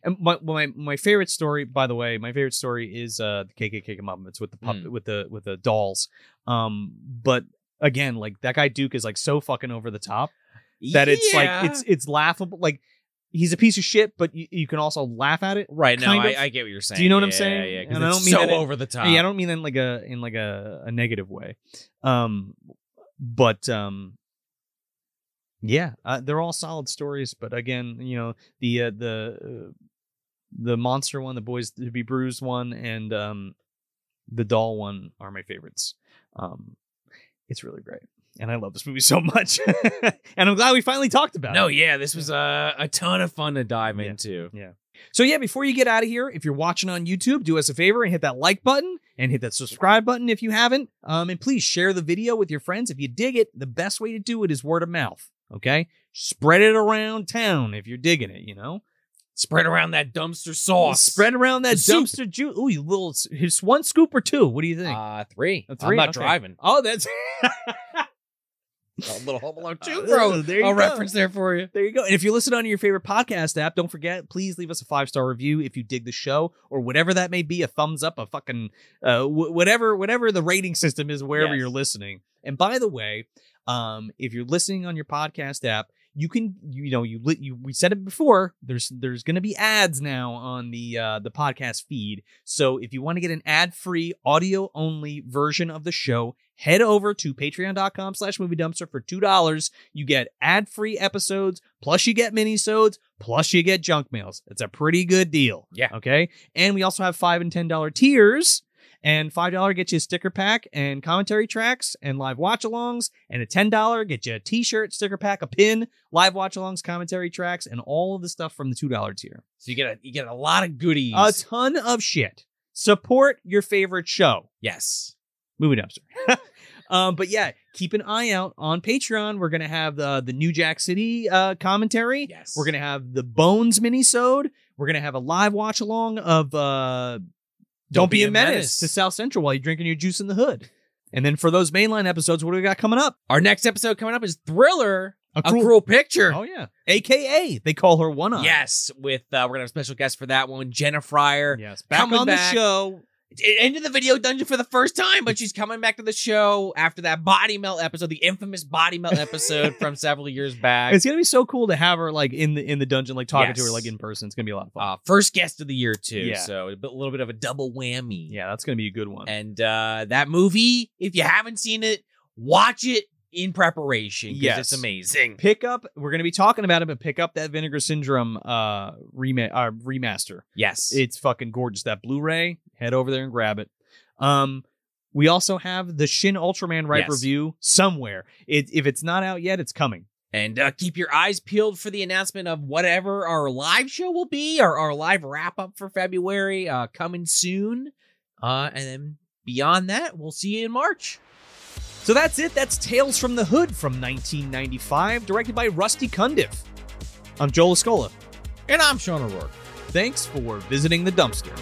Speaker 1: and my my my favorite story by the way, my favorite story is uh the KKK Muppets with the puppet
Speaker 2: Mm.
Speaker 1: with the with the dolls. Um, but again, like that guy Duke is like so fucking over the top. that it's
Speaker 2: Yeah.
Speaker 1: like it's it's laughable. Like he's a piece of shit, but you, you can also laugh at it.
Speaker 2: right. No,
Speaker 1: kind
Speaker 2: I,
Speaker 1: of-
Speaker 2: I get what you're saying.
Speaker 1: Do you know what I'm
Speaker 2: Yeah,
Speaker 1: saying? And
Speaker 2: Yeah,
Speaker 1: I
Speaker 2: because
Speaker 1: don't
Speaker 2: it's
Speaker 1: mean
Speaker 2: so
Speaker 1: that it-
Speaker 2: over the top.
Speaker 1: Yeah, I don't mean that in like a in like a, a negative way. Um, but um, yeah, uh, they're all solid stories. But again, you know the uh, the uh, the monster one, the boys to be bruised one, and um, the doll one are my favorites. Um, it's really great, and I love this movie so much. and I'm glad we finally talked about it.
Speaker 2: No, yeah, this was uh, a ton of fun to dive
Speaker 1: Yeah.
Speaker 2: into.
Speaker 1: So yeah, before you get out of here, if you're watching on YouTube, do us a favor and hit that like button and hit that subscribe button if you haven't. Um, and please share the video with your friends if you dig it. The best way to do it is word of mouth. Okay, spread it around town if you're digging it. You know,
Speaker 2: Spread around that dumpster sauce.
Speaker 1: spread around that
Speaker 2: The soup.
Speaker 1: dumpster juice. Ooh, you little his one scoop or two. What do you think?
Speaker 2: uh, three.
Speaker 1: A
Speaker 2: I'm
Speaker 1: three,
Speaker 2: not
Speaker 1: okay.
Speaker 2: driving.
Speaker 1: oh, that's
Speaker 2: A little Home Alone
Speaker 1: Uh,
Speaker 2: two, bro.
Speaker 1: there you go.
Speaker 2: a reference there for you.
Speaker 1: There you go. And if you're listening on your favorite podcast app, don't forget, please leave us a five star review if you dig the show or whatever that may be, a thumbs up, a fucking uh, wh- whatever, whatever the rating system is wherever
Speaker 2: Yes.
Speaker 1: you're listening. And by the way, um, if you're listening on your podcast app, you can you know you lit you we said it before there's there's going to be ads now on the uh the podcast feed so if you want to get an ad-free audio only version of the show head over to patreon.com slash movie dumpster for two dollars you get ad-free episodes plus you get minisodes plus you get junk mails it's a pretty good deal
Speaker 2: Yeah.
Speaker 1: okay and we also have five and ten dollar tiers and five dollar gets you a sticker pack and commentary tracks and live watch alongs. And a ten dollar get you a t-shirt, sticker pack, a pin, live watch alongs, commentary tracks, and all of the stuff from the two dollar tier.
Speaker 2: So you get a you get a lot
Speaker 1: Uh,
Speaker 2: of goodies.
Speaker 1: A ton of shit. Support your favorite show.
Speaker 2: yes.
Speaker 1: Movie dumpster. um, but yeah, keep an eye out on Patreon. We're gonna have uh, the the New Jack City uh, commentary.
Speaker 2: Yes.
Speaker 1: We're gonna have the Bones minisode. We're gonna have a live watch along of uh, "Don't, Be a menace, to South Central" while you're drinking your juice in the hood. And then for those mainline episodes, what do we got coming up?
Speaker 2: Our next episode coming up is Thriller,
Speaker 1: A
Speaker 2: a
Speaker 1: Cruel-
Speaker 2: cruel picture.
Speaker 1: Oh yeah, AKA they call her One Eye.
Speaker 2: Yes, with uh, we're gonna have a special guest for that one, Jenna Fryer.
Speaker 1: yes. Back
Speaker 2: Coming
Speaker 1: on
Speaker 2: back.
Speaker 1: the show.
Speaker 2: It ended the video dungeon for the first time, but she's coming back to the show after that body melt episode, the infamous body melt episode from several years back.
Speaker 1: It's gonna be so cool to have her like in the in the dungeon, like talking to her
Speaker 2: Yes.
Speaker 1: like in person. It's gonna be a lot of fun.
Speaker 2: Uh, first guest of the year too,
Speaker 1: Yeah.
Speaker 2: so a bit- little bit of a double whammy.
Speaker 1: yeah, that's gonna be a good one.
Speaker 2: And uh, that movie, if you haven't seen it, watch it in preparation because
Speaker 1: Yes.
Speaker 2: it's amazing.
Speaker 1: pick up. We're gonna be talking about it, but pick up that Vinegar Syndrome uh, rema- uh remaster.
Speaker 2: Yes.
Speaker 1: It's fucking gorgeous. That Blu-ray, head over there and grab it. Um, we also have the Shin Ultraman Right
Speaker 2: Yes.
Speaker 1: review somewhere. It, if it's not out yet, it's coming.
Speaker 2: And uh, keep your eyes peeled for the announcement of whatever our live show will be, or our live wrap up for February uh, coming soon. Uh, and then beyond that, we'll see you in March.
Speaker 1: So that's it. That's Tales from the Hood from 1995, directed by Rusty Cundiff. I'm Joel Escola.
Speaker 2: And I'm Sean O'Rourke.
Speaker 1: Thanks for visiting the dumpster.